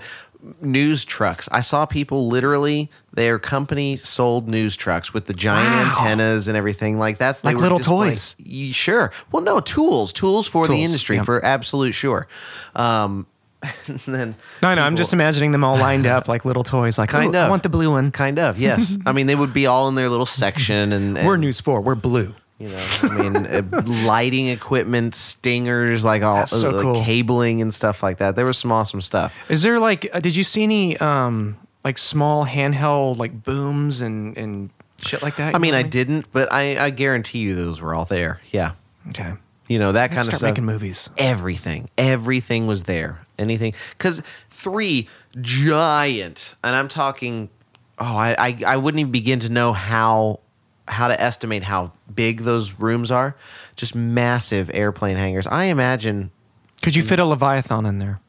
[SPEAKER 2] News trucks. I saw people literally. Their company sold news trucks with the giant
[SPEAKER 3] Wow.
[SPEAKER 2] antennas and everything like that's they
[SPEAKER 3] Like
[SPEAKER 2] were
[SPEAKER 3] little
[SPEAKER 2] displaying-
[SPEAKER 3] toys.
[SPEAKER 2] Y- Sure. Well, no tools, tools for the
[SPEAKER 3] Tools,
[SPEAKER 2] industry
[SPEAKER 3] yeah.
[SPEAKER 2] for absolute sure. Um, (laughs) and then
[SPEAKER 3] No, no, I'm just imagining them all lined up like little toys. Like,
[SPEAKER 2] Kind
[SPEAKER 3] "Ooh, I
[SPEAKER 2] of.
[SPEAKER 3] want the blue one.
[SPEAKER 2] kind of
[SPEAKER 3] (laughs)
[SPEAKER 2] yes. I mean, they would be all in their little section, and, and
[SPEAKER 3] We're News Four. We're blue.
[SPEAKER 2] You know, I mean, uh, lighting equipment, stingers, like all
[SPEAKER 3] That's so
[SPEAKER 2] uh,
[SPEAKER 3] cool.
[SPEAKER 2] cabling and stuff like that. There was some awesome stuff.
[SPEAKER 3] Is there like? Uh, did you see any um like small handheld like booms and and shit like that?
[SPEAKER 2] I
[SPEAKER 3] You
[SPEAKER 2] mean,
[SPEAKER 3] know
[SPEAKER 2] I
[SPEAKER 3] what
[SPEAKER 2] didn't, but I, I guarantee you those were all there. Yeah,
[SPEAKER 3] Okay.
[SPEAKER 2] you know that kind
[SPEAKER 3] Start
[SPEAKER 2] of stuff.
[SPEAKER 3] making movies.
[SPEAKER 2] everything everything was there anything because three giant and i'm talking oh I, I i wouldn't even begin to know how how to estimate how big those rooms are just massive airplane hangars i imagine
[SPEAKER 3] Could you fit a Leviathan in there?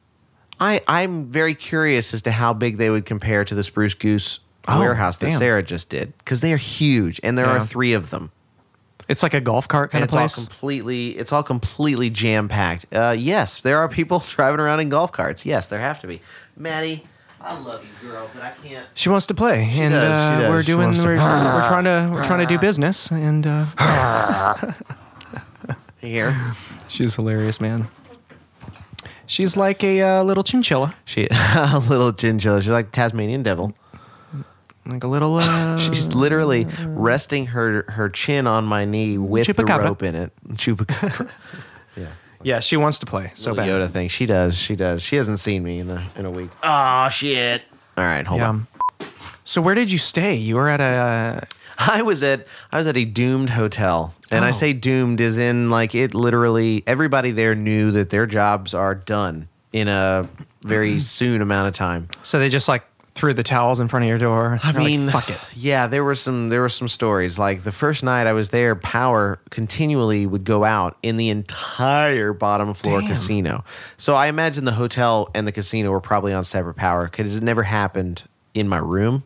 [SPEAKER 2] i i'm very curious as to how big they would compare to the spruce goose
[SPEAKER 3] Oh,
[SPEAKER 2] warehouse that
[SPEAKER 3] damn.
[SPEAKER 2] sarah just did because they are huge and there
[SPEAKER 3] Yeah.
[SPEAKER 2] are three of them
[SPEAKER 3] It's like a golf cart kind
[SPEAKER 2] and it's
[SPEAKER 3] of
[SPEAKER 2] all
[SPEAKER 3] place.
[SPEAKER 2] completely it's all completely jam packed. Uh, yes, there are people (laughs) driving around in golf carts. Yes, there have to be. Maddie, I love you, girl, but I can't.
[SPEAKER 3] she wants to play, and
[SPEAKER 2] does,
[SPEAKER 3] uh,
[SPEAKER 2] she does.
[SPEAKER 3] we're
[SPEAKER 2] She
[SPEAKER 3] doing.
[SPEAKER 2] wants to-
[SPEAKER 3] We're, we're trying to we're trying to do business, and
[SPEAKER 2] (laughs)
[SPEAKER 3] uh, (laughs)
[SPEAKER 2] Here,
[SPEAKER 3] she's hilarious, man. She's like a uh, little chinchilla,
[SPEAKER 2] she (laughs) a little chinchilla. She's like Tasmanian devil.
[SPEAKER 3] like a little.
[SPEAKER 2] (laughs)
[SPEAKER 3] Uh,
[SPEAKER 2] She's literally resting her her chin on my knee with
[SPEAKER 3] Chupacabra.
[SPEAKER 2] the rope in it. Chupacabra. yeah.
[SPEAKER 3] yeah, she wants to play (laughs) so
[SPEAKER 2] So
[SPEAKER 3] bad. Uh,
[SPEAKER 2] Yoda thing. She does. She does. She hasn't seen me in a in a week. Oh shit. All right, hold on.
[SPEAKER 3] Yeah. So where did you stay? You were at a.
[SPEAKER 2] (laughs) I was at I was at a doomed hotel, and I
[SPEAKER 3] Oh.
[SPEAKER 2] say doomed is in like it literally everybody there knew that their jobs are done in a
[SPEAKER 3] Mm-hmm.
[SPEAKER 2] very soon amount of time.
[SPEAKER 3] So they just like threw the towels in front of your door.
[SPEAKER 2] I
[SPEAKER 3] They're like,
[SPEAKER 2] mean,
[SPEAKER 3] fuck it.
[SPEAKER 2] (sighs) Yeah, there were some there were some stories. Like the first night I was there, power continually would go out in the entire bottom floor
[SPEAKER 3] Damn.
[SPEAKER 2] casino. So I imagine the hotel and the casino were probably on separate power because it never happened in my room.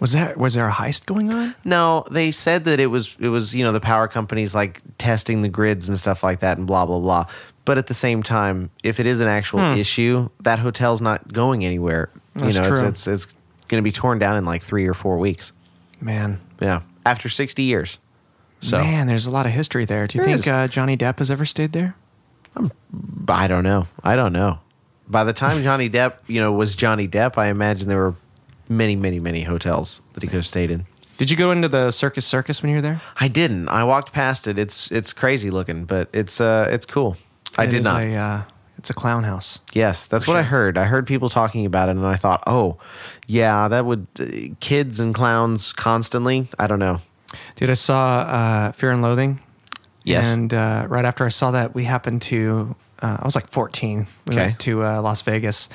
[SPEAKER 3] Was that was there a heist going on?
[SPEAKER 2] No, they said that it was it was you know the power companies like testing the grids and stuff like that and blah blah blah. But at the same time, if it is an actual issue, that hotel's not going anywhere.
[SPEAKER 3] Hmm. That's
[SPEAKER 2] you know,
[SPEAKER 3] true.
[SPEAKER 2] it's it's, it's going to be torn down in like three or four weeks.
[SPEAKER 3] Man,
[SPEAKER 2] Yeah, after sixty years. So
[SPEAKER 3] man, there's a lot of history there. Do you
[SPEAKER 2] There
[SPEAKER 3] think
[SPEAKER 2] is.
[SPEAKER 3] uh, Johnny Depp has ever stayed there?
[SPEAKER 2] I don't know. I don't know. By the time
[SPEAKER 3] (laughs)
[SPEAKER 2] Johnny Depp, you know, was Johnny Depp, I imagine there were many, many, many hotels that he could have stayed in.
[SPEAKER 3] Did you go into the circus circus when you were there?
[SPEAKER 2] I didn't. I walked past it. It's it's crazy looking, but it's uh it's cool. I
[SPEAKER 3] It
[SPEAKER 2] did
[SPEAKER 3] is
[SPEAKER 2] not.
[SPEAKER 3] A, uh, it's a clown house.
[SPEAKER 2] Yes, that's what I heard. I heard people talking about it, and I thought, oh, yeah, that would uh, kids and clowns constantly. I don't know.
[SPEAKER 3] Dude, I saw uh, Fear and Loathing.
[SPEAKER 2] Yes.
[SPEAKER 3] And uh, right after I saw that, we happened to, uh, I was like 14. We
[SPEAKER 2] Okay.
[SPEAKER 3] went to uh, Las Vegas.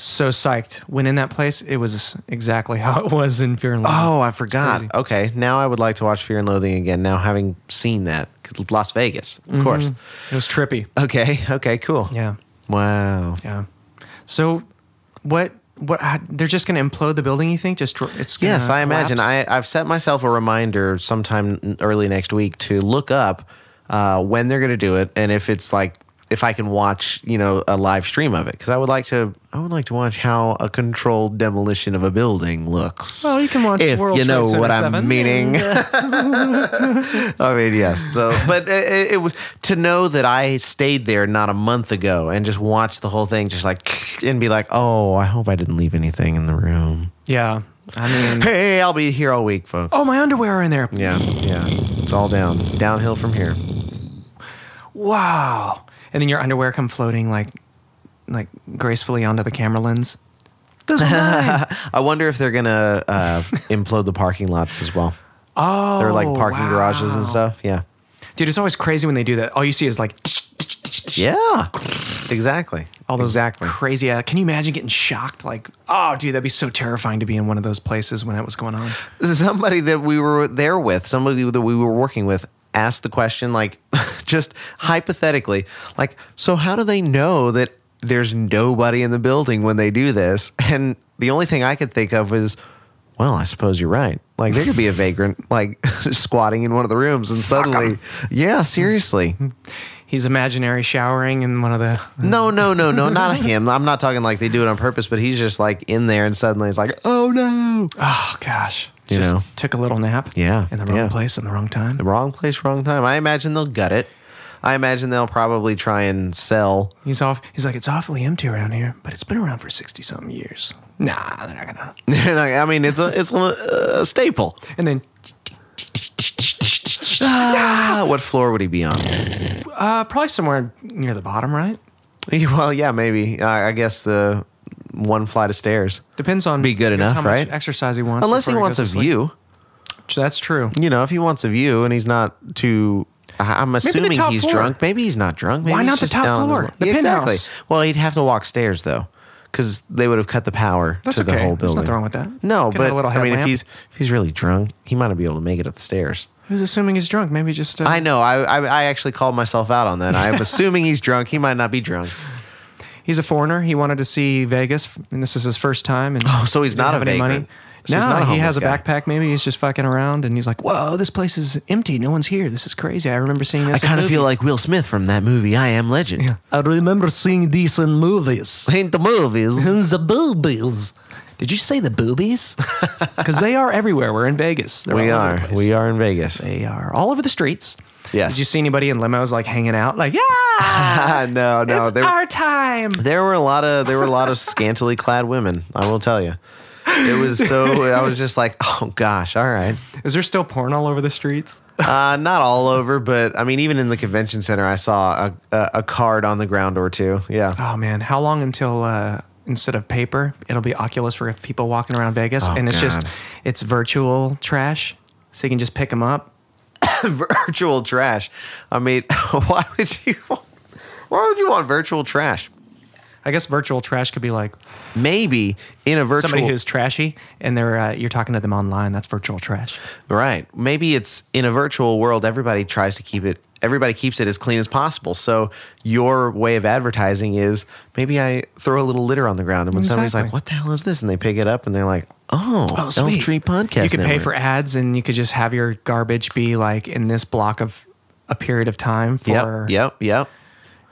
[SPEAKER 3] So psyched. When in that place, it was exactly (laughs) how it was in Fear and Loathing.
[SPEAKER 2] Oh, I forgot.
[SPEAKER 3] crazy.
[SPEAKER 2] Okay, now I would like to watch Fear and Loathing again. Now having seen that, 'Cause Las Vegas, of course.
[SPEAKER 3] Mm. It was trippy.
[SPEAKER 2] Okay. Okay. Cool.
[SPEAKER 3] Mm-hmm. Yeah.
[SPEAKER 2] Wow.
[SPEAKER 3] Yeah. So what, what, how, they're just going to implode the building, you think? Just, dr- it's gonna
[SPEAKER 2] Yes, I imagine.
[SPEAKER 3] collapse?
[SPEAKER 2] I, I've set myself a reminder sometime n- early next week to look up uh, when they're going to do it, and if it's like if I can watch, you know, a live stream of it, because I would like to. I would like to watch how a controlled demolition of a building looks.
[SPEAKER 3] Well, you can watch
[SPEAKER 2] if
[SPEAKER 3] World
[SPEAKER 2] you know
[SPEAKER 3] Trade Center uh,
[SPEAKER 2] what I'm
[SPEAKER 3] 7,
[SPEAKER 2] meaning. (laughs) I mean, yes. So,
[SPEAKER 3] (laughs)
[SPEAKER 2] but it, it- it was to know that I stayed there not a month ago and just watched the whole thing, just like (sniffs) and be like, oh, I hope I didn't leave anything in the room.
[SPEAKER 3] Yeah. I mean,
[SPEAKER 2] Hey, I'll be here all week, folks.
[SPEAKER 3] oh, my underwear are in there.
[SPEAKER 2] Yeah, yeah. It's all down, downhill from here.
[SPEAKER 3] wow and then your underwear come floating like like gracefully onto the camera lens
[SPEAKER 2] (laughs)
[SPEAKER 3] Those were mine.
[SPEAKER 2] I wonder if they're gonna
[SPEAKER 3] (laughs)
[SPEAKER 2] uh, implode the parking lots as well.
[SPEAKER 3] oh
[SPEAKER 2] They're like parking
[SPEAKER 3] wow.
[SPEAKER 2] garages and stuff. Yeah,
[SPEAKER 3] dude it's always crazy when they do that all you see is like
[SPEAKER 2] yeah. Exactly.
[SPEAKER 3] (sniffs) All those
[SPEAKER 2] exactly.
[SPEAKER 3] crazy. uh, Can you imagine getting shocked? Like, oh, dude, that'd be so terrifying to be in one of those places when that was going on.
[SPEAKER 2] (laughs) somebody that we were there with, somebody that we were working with, asked the question, like, (laughs) just hypothetically, like, so how do they know that there's nobody in the building when they do this? (laughs) And the only thing I could think of was, well, I suppose you're right. Like, there could be a vagrant, (laughs) like, squatting in one of the rooms, and suddenly, yeah, seriously.
[SPEAKER 3] He's imaginary showering in one of the.
[SPEAKER 2] No, no, no, no, not him. I'm not talking like they do it on purpose, but he's just like in there, and suddenly it's like, oh no.
[SPEAKER 3] Oh gosh,
[SPEAKER 2] You
[SPEAKER 3] just
[SPEAKER 2] know.
[SPEAKER 3] took a little nap.
[SPEAKER 2] Yeah,
[SPEAKER 3] in the wrong
[SPEAKER 2] yeah.
[SPEAKER 3] place, in the wrong time.
[SPEAKER 2] the wrong place, wrong time. I imagine they'll gut it. I imagine they'll probably try and sell. (laughs)
[SPEAKER 3] He's off. He's like, it's awfully empty around here, but it's been around for sixty something years. Nah, they're not gonna.
[SPEAKER 2] They're like- I mean, it's a it's a, a staple.
[SPEAKER 3] And then
[SPEAKER 2] Ah, what floor would he be on? (laughs)
[SPEAKER 3] uh, probably somewhere near the bottom, right?
[SPEAKER 2] Well, yeah, maybe. I, I guess the one flight of stairs,
[SPEAKER 3] Depends on
[SPEAKER 2] Be good
[SPEAKER 3] I guess
[SPEAKER 2] enough,
[SPEAKER 3] how much
[SPEAKER 2] right?
[SPEAKER 3] Exercise he wants,
[SPEAKER 2] unless he
[SPEAKER 3] before
[SPEAKER 2] wants a
[SPEAKER 3] goes to sleep.
[SPEAKER 2] view.
[SPEAKER 3] That's true.
[SPEAKER 2] You know, if he wants a view and he's not too. I- I'm assuming
[SPEAKER 3] top
[SPEAKER 2] he's
[SPEAKER 3] floor.
[SPEAKER 2] drunk. Maybe he's not drunk. Maybe
[SPEAKER 3] Why
[SPEAKER 2] he's
[SPEAKER 3] not the
[SPEAKER 2] just
[SPEAKER 3] top
[SPEAKER 2] down on his
[SPEAKER 3] floor?
[SPEAKER 2] luck.
[SPEAKER 3] The
[SPEAKER 2] Yeah, exactly.
[SPEAKER 3] penthouse.
[SPEAKER 2] Well, he'd have to walk stairs though, because they would have cut the power
[SPEAKER 3] That's
[SPEAKER 2] to the
[SPEAKER 3] okay.
[SPEAKER 2] whole
[SPEAKER 3] There's
[SPEAKER 2] building.
[SPEAKER 3] nothing wrong with that.
[SPEAKER 2] No,
[SPEAKER 3] Could have
[SPEAKER 2] but
[SPEAKER 3] a little
[SPEAKER 2] I mean, if
[SPEAKER 3] headlamp.
[SPEAKER 2] he's if he's really drunk, he might not be able to make it up the stairs.
[SPEAKER 3] Who's assuming he's drunk? Maybe just. Uh,
[SPEAKER 2] I know. I, I I actually called myself out on that.
[SPEAKER 3] (laughs)
[SPEAKER 2] I'm assuming he's drunk. He might not be drunk.
[SPEAKER 3] He's a foreigner. He wanted to see Vegas, and this is his first
[SPEAKER 2] (laughs)
[SPEAKER 3] time. And oh,
[SPEAKER 2] so he's not a vagrant. So
[SPEAKER 3] no,
[SPEAKER 2] he's not a
[SPEAKER 3] he
[SPEAKER 2] homeless
[SPEAKER 3] has a
[SPEAKER 2] guy.
[SPEAKER 3] backpack. Maybe he's just fucking around, and he's like, "Whoa, this place is empty. No one's here. This is crazy." I remember seeing
[SPEAKER 2] I
[SPEAKER 3] this. in
[SPEAKER 2] kind of feel
[SPEAKER 3] movies."
[SPEAKER 2] like Will Smith from that movie, I Am Legend.
[SPEAKER 4] I remember seeing these in movies.
[SPEAKER 2] Ain't the movies.
[SPEAKER 3] (laughs)
[SPEAKER 4] In the boobies. Did you say the
[SPEAKER 2] (laughs)
[SPEAKER 4] boobies?
[SPEAKER 3] because they are everywhere. We're in Vegas. They're
[SPEAKER 2] we
[SPEAKER 3] all over the
[SPEAKER 2] are.
[SPEAKER 3] place.
[SPEAKER 2] We are in
[SPEAKER 3] (laughs)
[SPEAKER 2] Vegas.
[SPEAKER 3] They are all over the streets.
[SPEAKER 2] Yes.
[SPEAKER 3] Did you see anybody in limos like hanging out? Like, yeah,
[SPEAKER 2] no, (laughs) no.
[SPEAKER 3] it's
[SPEAKER 2] There,
[SPEAKER 3] our time.
[SPEAKER 2] there were a lot of there were a lot of scantily clad women. I will tell you. It was so. I was just like, oh gosh, all right.
[SPEAKER 3] Is there still porn all over the streets?
[SPEAKER 2] Uh, not all over, but I mean, even in the convention center, I saw a, a, a card on the ground or two. Yeah. (laughs)
[SPEAKER 3] Oh man, how long until uh, instead of paper, it'll be Oculus for if people walking around Vegas,
[SPEAKER 2] Oh,
[SPEAKER 3] and it's just
[SPEAKER 2] God.
[SPEAKER 3] it's virtual trash, so you can just pick them up.
[SPEAKER 2] virtual trash. I mean, (laughs) why would you? Why would you want virtual trash?
[SPEAKER 3] I guess virtual trash could be like
[SPEAKER 2] Maybe in a virtual
[SPEAKER 3] somebody who's trashy, and they're uh, you're talking to them online. That's virtual trash.
[SPEAKER 2] right. Maybe it's in a virtual world. Everybody tries to keep it. Everybody keeps it as clean as possible. So your way of advertising is maybe I throw a little litter on the ground, and when somebody's like,
[SPEAKER 3] Exactly.
[SPEAKER 2] "What the hell is this?" and they pick it up, and they're like, "Oh, Elf Tree Podcast."
[SPEAKER 3] You could pay
[SPEAKER 2] Network."
[SPEAKER 3] for ads, and you could just have your garbage be like in this block of a period of time for.
[SPEAKER 2] Yep, yep, yep.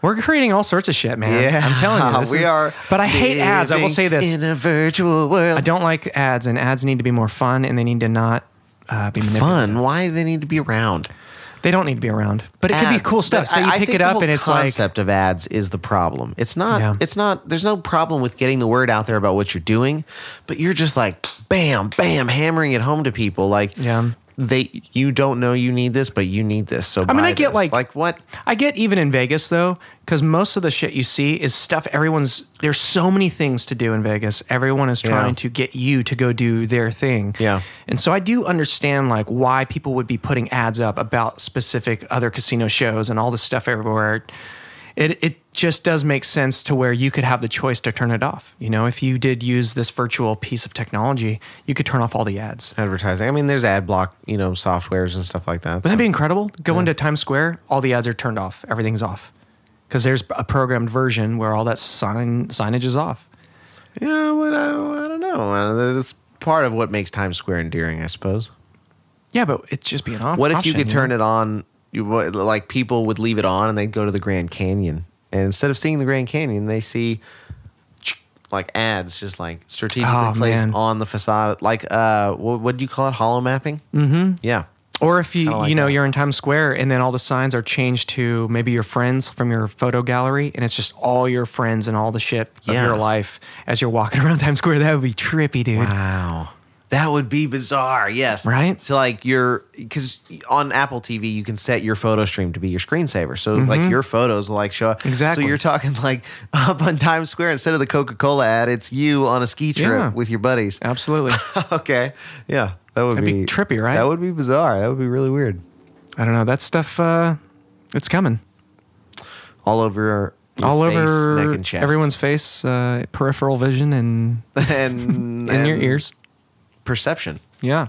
[SPEAKER 3] We're creating all sorts of shit, man.
[SPEAKER 2] Yeah,
[SPEAKER 3] I'm
[SPEAKER 2] (laughs)
[SPEAKER 3] telling you, this
[SPEAKER 2] we
[SPEAKER 3] is-
[SPEAKER 2] are.
[SPEAKER 3] But I hate ads. I will
[SPEAKER 2] living
[SPEAKER 3] say this:
[SPEAKER 2] in a virtual world.
[SPEAKER 3] I don't like ads, and ads need to be more fun, and they need to not uh, be manipulative.
[SPEAKER 2] fun. Why do they need to be around?
[SPEAKER 3] They don't need to be around, but it could be
[SPEAKER 2] ads.
[SPEAKER 3] cool stuff.
[SPEAKER 2] But
[SPEAKER 3] So you
[SPEAKER 2] I- I
[SPEAKER 3] pick
[SPEAKER 2] think
[SPEAKER 3] it
[SPEAKER 2] the
[SPEAKER 3] up,
[SPEAKER 2] whole
[SPEAKER 3] and it's like
[SPEAKER 2] concept of ads is the problem. It's not.
[SPEAKER 3] Yeah.
[SPEAKER 2] It's not. There's no problem with getting the word out there about what you're doing, but you're just like bam, bam, hammering it home to people. Like
[SPEAKER 3] Yeah.
[SPEAKER 2] they you don't know you need this, but you need this. So
[SPEAKER 3] I mean,
[SPEAKER 2] buy
[SPEAKER 3] I get,
[SPEAKER 2] this.
[SPEAKER 3] like-
[SPEAKER 2] like what
[SPEAKER 3] I get even in Vegas though, because most of the shit you see is stuff everyone's. There's so many things to do in Vegas. Everyone is trying to get you to go do their thing.
[SPEAKER 2] Yeah.
[SPEAKER 3] And so I do understand like why people would be putting ads up about specific other casino shows and all this stuff everywhere. It it just does make sense to where you could have the choice to turn it off. You know, if you did use this virtual piece of technology, you could turn off all the ads.
[SPEAKER 2] advertising. I mean, there's ad block, you know, softwares and stuff like that.
[SPEAKER 3] Wouldn't that be incredible? Go into Times Square, all the ads are turned off, everything's off, because there's a programmed version where all that sign signage is off.
[SPEAKER 2] So, yeah, but I, I don't know. Uh, That's part of what makes Times Square endearing, I suppose.
[SPEAKER 3] Yeah, but it's just being off.
[SPEAKER 2] What if you could turn it on? You, what- like people would leave it on and they'd go to the Grand Canyon, and instead of seeing the Grand Canyon, they see like ads just like strategically
[SPEAKER 3] Oh,
[SPEAKER 2] placed
[SPEAKER 3] man.
[SPEAKER 2] on the facade. Like uh, what what do you call it? Hollow mapping. Mm-hmm. Yeah.
[SPEAKER 3] Or if you
[SPEAKER 2] Kinda like
[SPEAKER 3] you know
[SPEAKER 2] that.
[SPEAKER 3] you're in Times Square and then all the signs are changed to maybe your friends from your photo gallery, and it's just all your friends and all the shit of
[SPEAKER 2] Yeah.
[SPEAKER 3] your life as you're walking (laughs) around Times Square. That would be trippy, dude.
[SPEAKER 2] Wow. That would be bizarre. Yes.
[SPEAKER 3] Right?
[SPEAKER 2] So like your because on Apple TV you can set your photo stream to be your screensaver. So like your photos will like show up.
[SPEAKER 3] Mm-hmm. Exactly.
[SPEAKER 2] So you're talking like (laughs) up on Times Square instead of the Coca Cola ad, it's you on a ski trip
[SPEAKER 3] Yeah.
[SPEAKER 2] with your buddies. (laughs)
[SPEAKER 3] Absolutely.
[SPEAKER 2] okay. Yeah. That would
[SPEAKER 3] That'd be trippy, right?
[SPEAKER 2] That would be bizarre. That would be really weird.
[SPEAKER 3] I don't know that stuff. Uh, it's coming.
[SPEAKER 2] All over
[SPEAKER 3] all
[SPEAKER 2] face,
[SPEAKER 3] over
[SPEAKER 2] neck, and chest.
[SPEAKER 3] everyone's (laughs) face, uh, peripheral vision, and
[SPEAKER 2] and
[SPEAKER 3] in
[SPEAKER 2] (laughs)
[SPEAKER 3] your
[SPEAKER 2] and
[SPEAKER 3] ears.
[SPEAKER 2] perception.
[SPEAKER 3] Yeah,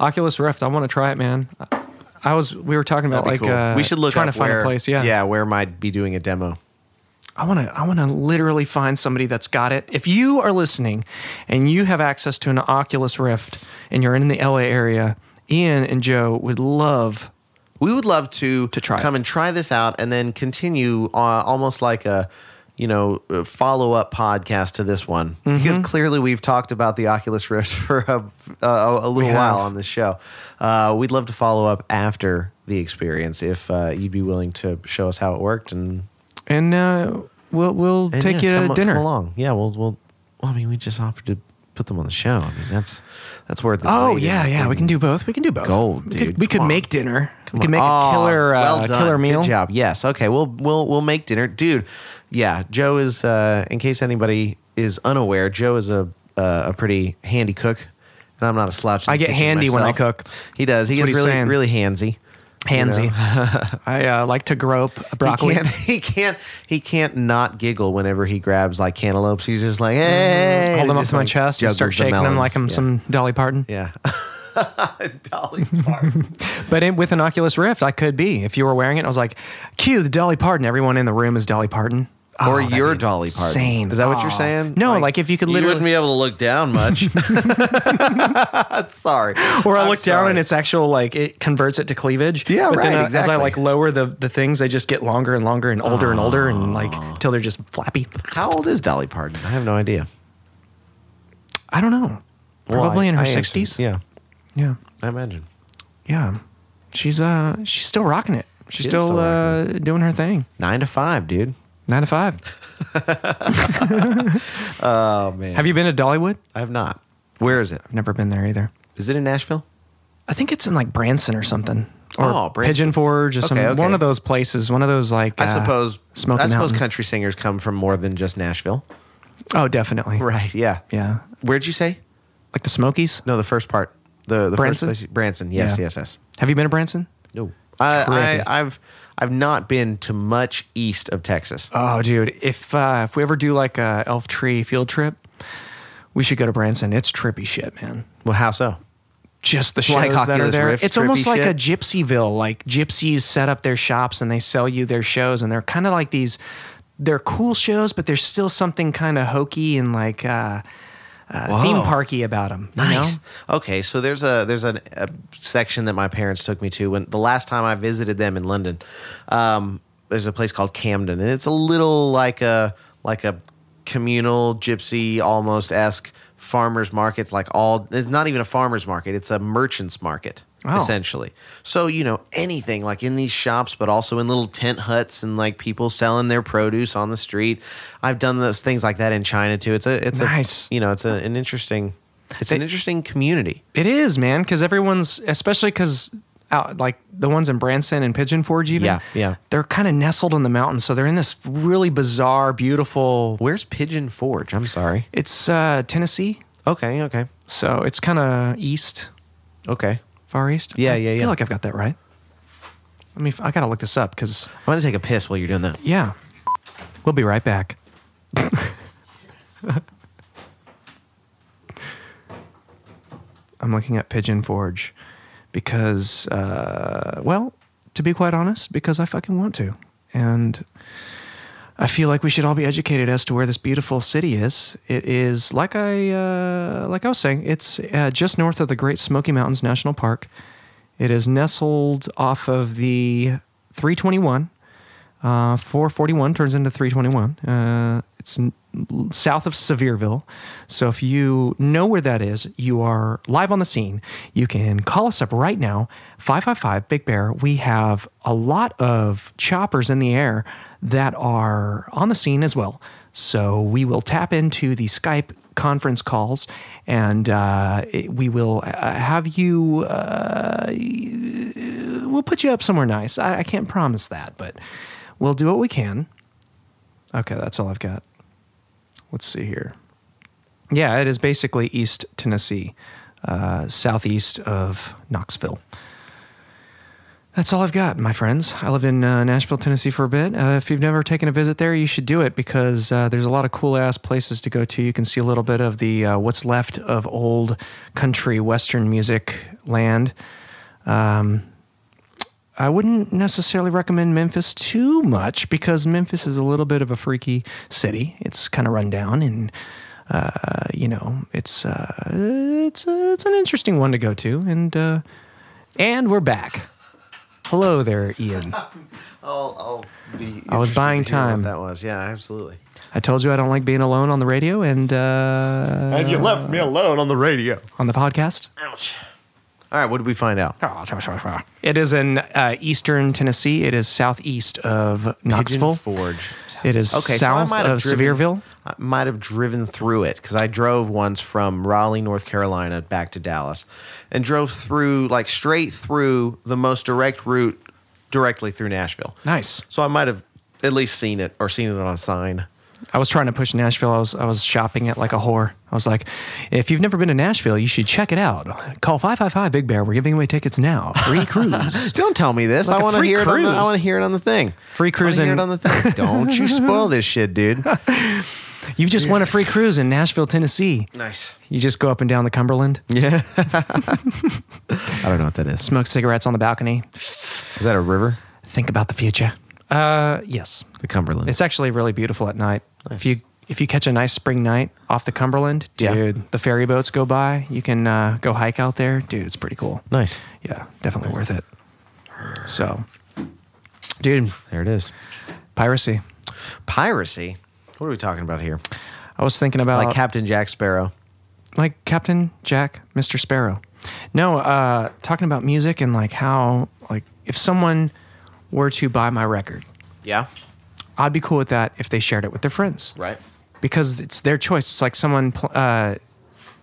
[SPEAKER 3] Oculus Rift. I want to try it, man. I- I was. We were talking about
[SPEAKER 2] That'd be
[SPEAKER 3] like
[SPEAKER 2] cool.
[SPEAKER 3] uh,
[SPEAKER 2] we should look
[SPEAKER 3] trying
[SPEAKER 2] up
[SPEAKER 3] to find
[SPEAKER 2] where-
[SPEAKER 3] a place. Yeah,
[SPEAKER 2] yeah, where might be doing a demo.
[SPEAKER 3] I want to I want to literally find somebody that's got it. If you are listening and you have access to an Oculus Rift and you're in the LA area, Ian and Joe would love
[SPEAKER 2] We would love to to
[SPEAKER 3] try it.
[SPEAKER 2] come and try this out, and then continue uh, almost like a you know follow up podcast to this one
[SPEAKER 3] Mm-hmm.
[SPEAKER 2] because clearly we've talked about the Oculus Rift (laughs) for a, a, a little
[SPEAKER 3] have.
[SPEAKER 2] while on this show. Uh, we'd love to follow up after the experience if uh, you'd be willing to show us how it worked and,
[SPEAKER 3] and uh, we'll we'll
[SPEAKER 2] and
[SPEAKER 3] take
[SPEAKER 2] yeah,
[SPEAKER 3] you
[SPEAKER 2] come,
[SPEAKER 3] to
[SPEAKER 2] a-
[SPEAKER 3] dinner.
[SPEAKER 2] come along. Yeah, we'll we'll. Well, I mean, we just offered to put them on the show. I mean, that's that's worth. its
[SPEAKER 3] Oh
[SPEAKER 2] weight in-
[SPEAKER 3] yeah, yeah, we
[SPEAKER 2] in
[SPEAKER 3] can do both. We can do both.
[SPEAKER 2] Gold,
[SPEAKER 3] we
[SPEAKER 2] dude.
[SPEAKER 3] could, we could
[SPEAKER 2] Come on.
[SPEAKER 3] make dinner. we could
[SPEAKER 2] Come
[SPEAKER 3] make
[SPEAKER 2] on.
[SPEAKER 3] a killer uh,
[SPEAKER 2] well done.
[SPEAKER 3] killer meal.
[SPEAKER 2] Good job. Yes. Okay. We'll we'll we'll make dinner, dude. Yeah. Joe is. Uh, in case anybody is unaware, Joe is a uh, a pretty handy cook, and I'm not a slouch. in the
[SPEAKER 3] I get
[SPEAKER 2] kitchen
[SPEAKER 3] handy when I
[SPEAKER 2] myself.
[SPEAKER 3] cook.
[SPEAKER 2] He does. He
[SPEAKER 3] That's what
[SPEAKER 2] gets
[SPEAKER 3] he's
[SPEAKER 2] really
[SPEAKER 3] saying.
[SPEAKER 2] really handsy.
[SPEAKER 3] Handsy.
[SPEAKER 2] You know? (laughs)
[SPEAKER 3] I uh, like to grope broccoli.
[SPEAKER 2] He can't, (laughs) he can't. He can't not giggle whenever he grabs like cantaloupes. He's just like, hey,
[SPEAKER 3] Mm-hmm. Hold them up
[SPEAKER 2] just,
[SPEAKER 3] to my
[SPEAKER 2] like,
[SPEAKER 3] chest and
[SPEAKER 2] juggles
[SPEAKER 3] start
[SPEAKER 2] the
[SPEAKER 3] shaking them
[SPEAKER 2] melons.
[SPEAKER 3] like I'm
[SPEAKER 2] yeah.
[SPEAKER 3] some Dolly Parton.
[SPEAKER 2] Yeah. (laughs)
[SPEAKER 3] (laughs)
[SPEAKER 2] Dolly Parton.
[SPEAKER 3] But in, with an Oculus Rift, I could be. If you were wearing it, I was like, cue the Dolly Parton. Everyone in the room is Dolly Parton. Oh,
[SPEAKER 2] or
[SPEAKER 3] that'd
[SPEAKER 2] your
[SPEAKER 3] be
[SPEAKER 2] Dolly Parton.
[SPEAKER 3] Insane.
[SPEAKER 2] Is that what
[SPEAKER 3] Aw.
[SPEAKER 2] you're saying?
[SPEAKER 3] No, like, if you could
[SPEAKER 2] you
[SPEAKER 3] literally.
[SPEAKER 2] wouldn't be able to look down much. (laughs) sorry.
[SPEAKER 3] or I
[SPEAKER 2] I'm
[SPEAKER 3] look down
[SPEAKER 2] sorry.
[SPEAKER 3] and it's actual like it converts it to cleavage.
[SPEAKER 2] Yeah,
[SPEAKER 3] but Then
[SPEAKER 2] right,
[SPEAKER 3] uh, As I
[SPEAKER 2] exactly.
[SPEAKER 3] like lower the the things, they just get longer and longer and older and older and like till they're just flappy.
[SPEAKER 2] how old is Dolly Parton? I have no idea.
[SPEAKER 3] I don't know.
[SPEAKER 2] Well,
[SPEAKER 3] Probably
[SPEAKER 2] I-
[SPEAKER 3] in her
[SPEAKER 2] I assume-
[SPEAKER 3] sixties.
[SPEAKER 2] Yeah,
[SPEAKER 3] yeah,
[SPEAKER 2] I imagine.
[SPEAKER 3] yeah. She's uh she's still rocking it. She's
[SPEAKER 2] She is
[SPEAKER 3] still,
[SPEAKER 2] still
[SPEAKER 3] uh,
[SPEAKER 2] rocking
[SPEAKER 3] doing her thing.
[SPEAKER 2] Nine to five, dude.
[SPEAKER 3] Nine to five.
[SPEAKER 2] (laughs) Oh man,
[SPEAKER 3] Have you been to Dollywood?
[SPEAKER 2] I have not. Where is it?
[SPEAKER 3] I've never been there either.
[SPEAKER 2] Is it in Nashville?
[SPEAKER 3] I think it's in like Branson or something, or
[SPEAKER 2] Oh, Branson.
[SPEAKER 3] Pigeon Forge, or some
[SPEAKER 2] Okay, okay.
[SPEAKER 3] one of those places. One of those like uh,
[SPEAKER 2] I suppose.
[SPEAKER 3] Smoky
[SPEAKER 2] I suppose
[SPEAKER 3] Mountain.
[SPEAKER 2] country singers come from more than just Nashville.
[SPEAKER 3] oh, definitely.
[SPEAKER 2] Right. Yeah.
[SPEAKER 3] Yeah,
[SPEAKER 2] Where'd you say?
[SPEAKER 3] like the Smokies.
[SPEAKER 2] No, the first part. The the
[SPEAKER 3] Branson?
[SPEAKER 2] first place. Branson. Yes.
[SPEAKER 3] Yeah.
[SPEAKER 2] Yes. Yes.
[SPEAKER 3] Have you been to Branson?
[SPEAKER 2] No. I,
[SPEAKER 3] Trippy.
[SPEAKER 2] I I've I've not been to much east of Texas.
[SPEAKER 3] Oh, dude, if uh, if we ever do like a Elf Tree field trip, we should go to Branson. It's trippy shit, man.
[SPEAKER 2] Well, how so?
[SPEAKER 3] Just the shows
[SPEAKER 2] Like
[SPEAKER 3] that are
[SPEAKER 2] Oculus
[SPEAKER 3] there.
[SPEAKER 2] Rift
[SPEAKER 3] it's almost
[SPEAKER 2] trippy
[SPEAKER 3] like
[SPEAKER 2] shit?
[SPEAKER 3] a gypsyville. Like gypsies set up their shops and they sell you their shows, and they're kind of like these. They're cool shows, but there's still something kind of hokey and like uh, uh, theme parky about them.
[SPEAKER 2] Nice. Okay, so there's a there's an, a section that my parents took me to when the last time I visited them in London. Um, there's a place called Camden, and it's a little like a like a communal gypsy almost esque farmers market. It's like all it's not even a farmers market; it's a merchants market
[SPEAKER 3] Oh.
[SPEAKER 2] essentially. So you know anything like in these shops, but also in little tent huts and like people selling their produce on the street. I've done those things like that in China too. It's a it's
[SPEAKER 3] Nice.
[SPEAKER 2] a you know it's a, an interesting it's an interesting community
[SPEAKER 3] It is, man, because everyone's, especially because out like the ones in Branson and Pigeon Forge, even.
[SPEAKER 2] Yeah, yeah.
[SPEAKER 3] They're kind of nestled in the mountains, so they're in this really bizarre, beautiful.
[SPEAKER 2] where's pigeon forge i'm sorry
[SPEAKER 3] It's uh, Tennessee,
[SPEAKER 2] okay okay
[SPEAKER 3] so it's kind of east,
[SPEAKER 2] okay
[SPEAKER 3] far east.
[SPEAKER 2] Yeah,
[SPEAKER 3] I
[SPEAKER 2] yeah, yeah.
[SPEAKER 3] Feel like I've got that right. I mean, I gotta look this up because
[SPEAKER 2] i'm gonna take a piss while you're doing that
[SPEAKER 3] yeah, we'll be right back. (laughs) I'm looking at Pigeon Forge because, uh, well, to be quite honest, because I fucking want to. And I feel like we should all be educated as to where this beautiful city is. It is, like I, uh, like I was saying, it's uh, just north of the Great Smoky Mountains National Park. It is nestled off of the 321. Uh, 441 turns into 321. Uh, it's n- l- south of Sevierville. So if you know where that is, you are live on the scene. You can call us up right now, 555 Big Bear. We have a lot of choppers in the air that are on the scene as well. So we will tap into the Skype conference calls and uh, it- we will uh, have you we'll put you up somewhere nice. I, I can't promise that, but we'll do what we can. Okay, that's all I've got. Let's see here. Yeah, it is basically East Tennessee, uh, southeast of Knoxville. That's all I've got, my friends. I lived in uh, Nashville, Tennessee for a bit. Uh, if you've never taken a visit there, you should do it because uh, there's a lot of cool ass places to go to. You can see a little bit of the uh, what's left of old country Western music land. Um, I wouldn't necessarily recommend Memphis too much because Memphis is a little bit of a freaky city. It's kind of run down and uh, you know, it's uh, it's uh, it's an interesting one to go to and uh, and we're back. Hello there, Ian.
[SPEAKER 2] (laughs) I'll, I'll be.
[SPEAKER 3] I was
[SPEAKER 2] interested to hear
[SPEAKER 3] buying
[SPEAKER 2] what
[SPEAKER 3] time.
[SPEAKER 2] That was yeah, absolutely.
[SPEAKER 3] I told you I don't like being alone on the radio and uh,
[SPEAKER 2] And you left me alone on the radio.
[SPEAKER 3] on the podcast.
[SPEAKER 2] Ouch. All right, what did we find out?
[SPEAKER 3] It is in uh, eastern Tennessee. It is southeast of Knoxville.
[SPEAKER 2] Pigeon Forge.
[SPEAKER 3] It is
[SPEAKER 2] Okay, so I
[SPEAKER 3] south
[SPEAKER 2] might have
[SPEAKER 3] of
[SPEAKER 2] driven-
[SPEAKER 3] Sevierville.
[SPEAKER 2] I might have driven through it because I drove once from Raleigh, North Carolina, back to Dallas, and drove through like straight through the most direct route, directly through Nashville.
[SPEAKER 3] Nice.
[SPEAKER 2] So I might have at least seen it or seen it on a sign.
[SPEAKER 3] I was trying to push Nashville. I was I was shopping it like a whore. I was like, if you've never been to Nashville, you should check it out. Call five five five Big Bear. We're giving away tickets now.
[SPEAKER 2] (laughs)
[SPEAKER 3] Free cruise.
[SPEAKER 2] Don't tell me this.
[SPEAKER 3] Like
[SPEAKER 2] I
[SPEAKER 3] a
[SPEAKER 2] want to
[SPEAKER 3] free
[SPEAKER 2] hear it. On the, I
[SPEAKER 3] cruise.
[SPEAKER 2] want to hear it on the thing.
[SPEAKER 3] Free
[SPEAKER 2] I wanna
[SPEAKER 3] cruise
[SPEAKER 2] Hear
[SPEAKER 3] and-
[SPEAKER 2] it on the
[SPEAKER 3] (laughs)
[SPEAKER 2] thing. Don't you spoil this shit, dude.
[SPEAKER 3] You've just won a free cruise in Nashville, Tennessee.
[SPEAKER 2] nice.
[SPEAKER 3] You just go up and down the Cumberland,
[SPEAKER 2] Yeah. I don't know what that is.
[SPEAKER 3] smoke cigarettes on the balcony,
[SPEAKER 2] Is that a river?
[SPEAKER 3] think about the future. Uh, yes,
[SPEAKER 2] The Cumberland.
[SPEAKER 3] it's actually really beautiful at night. If you if you catch a nice spring night off the Cumberland,
[SPEAKER 2] Yeah.
[SPEAKER 3] dude, the ferry boats go by. You can uh, go hike out there, dude. It's pretty cool.
[SPEAKER 2] nice.
[SPEAKER 3] Yeah, definitely worth it. So, dude,
[SPEAKER 2] There it is.
[SPEAKER 3] piracy.
[SPEAKER 2] Piracy. What are we talking about here?
[SPEAKER 3] I was thinking about
[SPEAKER 2] Like Captain Jack Sparrow.
[SPEAKER 3] like Captain Jack, Mr. Sparrow. No, uh, talking about music and like how like if someone were to buy my record,
[SPEAKER 2] Yeah.
[SPEAKER 3] I'd be cool with that if they shared it with their friends.
[SPEAKER 2] Right.
[SPEAKER 3] because it's their choice. It's like someone pl- uh,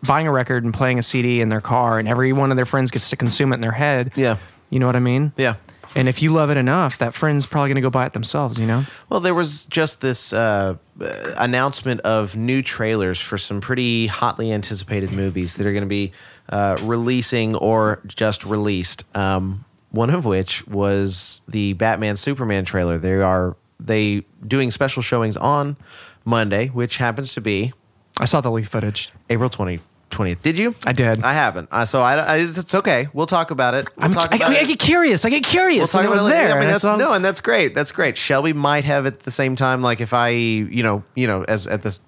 [SPEAKER 3] buying a record and playing a CD in their car, and every one of their friends gets to consume it in their head.
[SPEAKER 2] Yeah.
[SPEAKER 3] you know what I mean.
[SPEAKER 2] Yeah.
[SPEAKER 3] And if you love it enough, that friend's probably gonna go buy it themselves. You know.
[SPEAKER 2] Well, there was just this uh, uh, announcement of new trailers for some pretty hotly anticipated movies that are going to be uh, releasing or just released. Um, one of which was the Batman Superman trailer. They are they doing special showings on Monday, which happens to be
[SPEAKER 3] I saw the leak footage.
[SPEAKER 2] April 20, 20th. Did you?
[SPEAKER 3] I did.
[SPEAKER 2] I haven't. I, so I, I, it's okay. We'll talk about it. We'll
[SPEAKER 3] I'm,
[SPEAKER 2] talk
[SPEAKER 3] I, I
[SPEAKER 2] about
[SPEAKER 3] mean,
[SPEAKER 2] it.
[SPEAKER 3] I get curious. I get curious.
[SPEAKER 2] We'll
[SPEAKER 3] and
[SPEAKER 2] talk
[SPEAKER 3] I was
[SPEAKER 2] about it later.
[SPEAKER 3] there.
[SPEAKER 2] I mean,
[SPEAKER 3] and
[SPEAKER 2] that's
[SPEAKER 3] saw-
[SPEAKER 2] no, and that's great. That's great. Shelby might have at the same time. Like if I, you know, you know, as at this,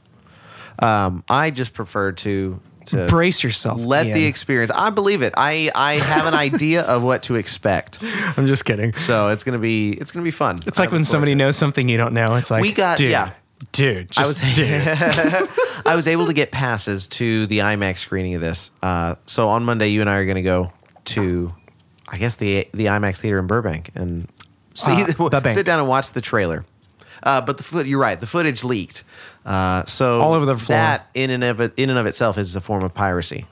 [SPEAKER 2] um, I just prefer to to
[SPEAKER 3] Brace yourself.
[SPEAKER 2] Let the
[SPEAKER 3] (laughs) Ian.
[SPEAKER 2] experience. I believe it. I I have an idea of what to expect.
[SPEAKER 3] I'm just kidding.
[SPEAKER 2] So it's gonna be it's gonna be fun.
[SPEAKER 3] It's like when somebody knows something you don't know. It's like
[SPEAKER 2] We got-
[SPEAKER 3] dude,
[SPEAKER 2] yeah.
[SPEAKER 3] dude. Just
[SPEAKER 2] was- (laughs)
[SPEAKER 3] dude.
[SPEAKER 2] I was able to get passes to the IMAX screening of this. Uh, so on Monday, you and I are gonna go to, I guess the the IMAX theater in Burbank and see
[SPEAKER 3] Uh,
[SPEAKER 2] (laughs)
[SPEAKER 3] Burbank.
[SPEAKER 2] sit down and watch the trailer. Uh, but the foot, you're right. The footage leaked, uh, so
[SPEAKER 3] All over the floor.
[SPEAKER 2] That in and of it- in and of itself is a form of piracy.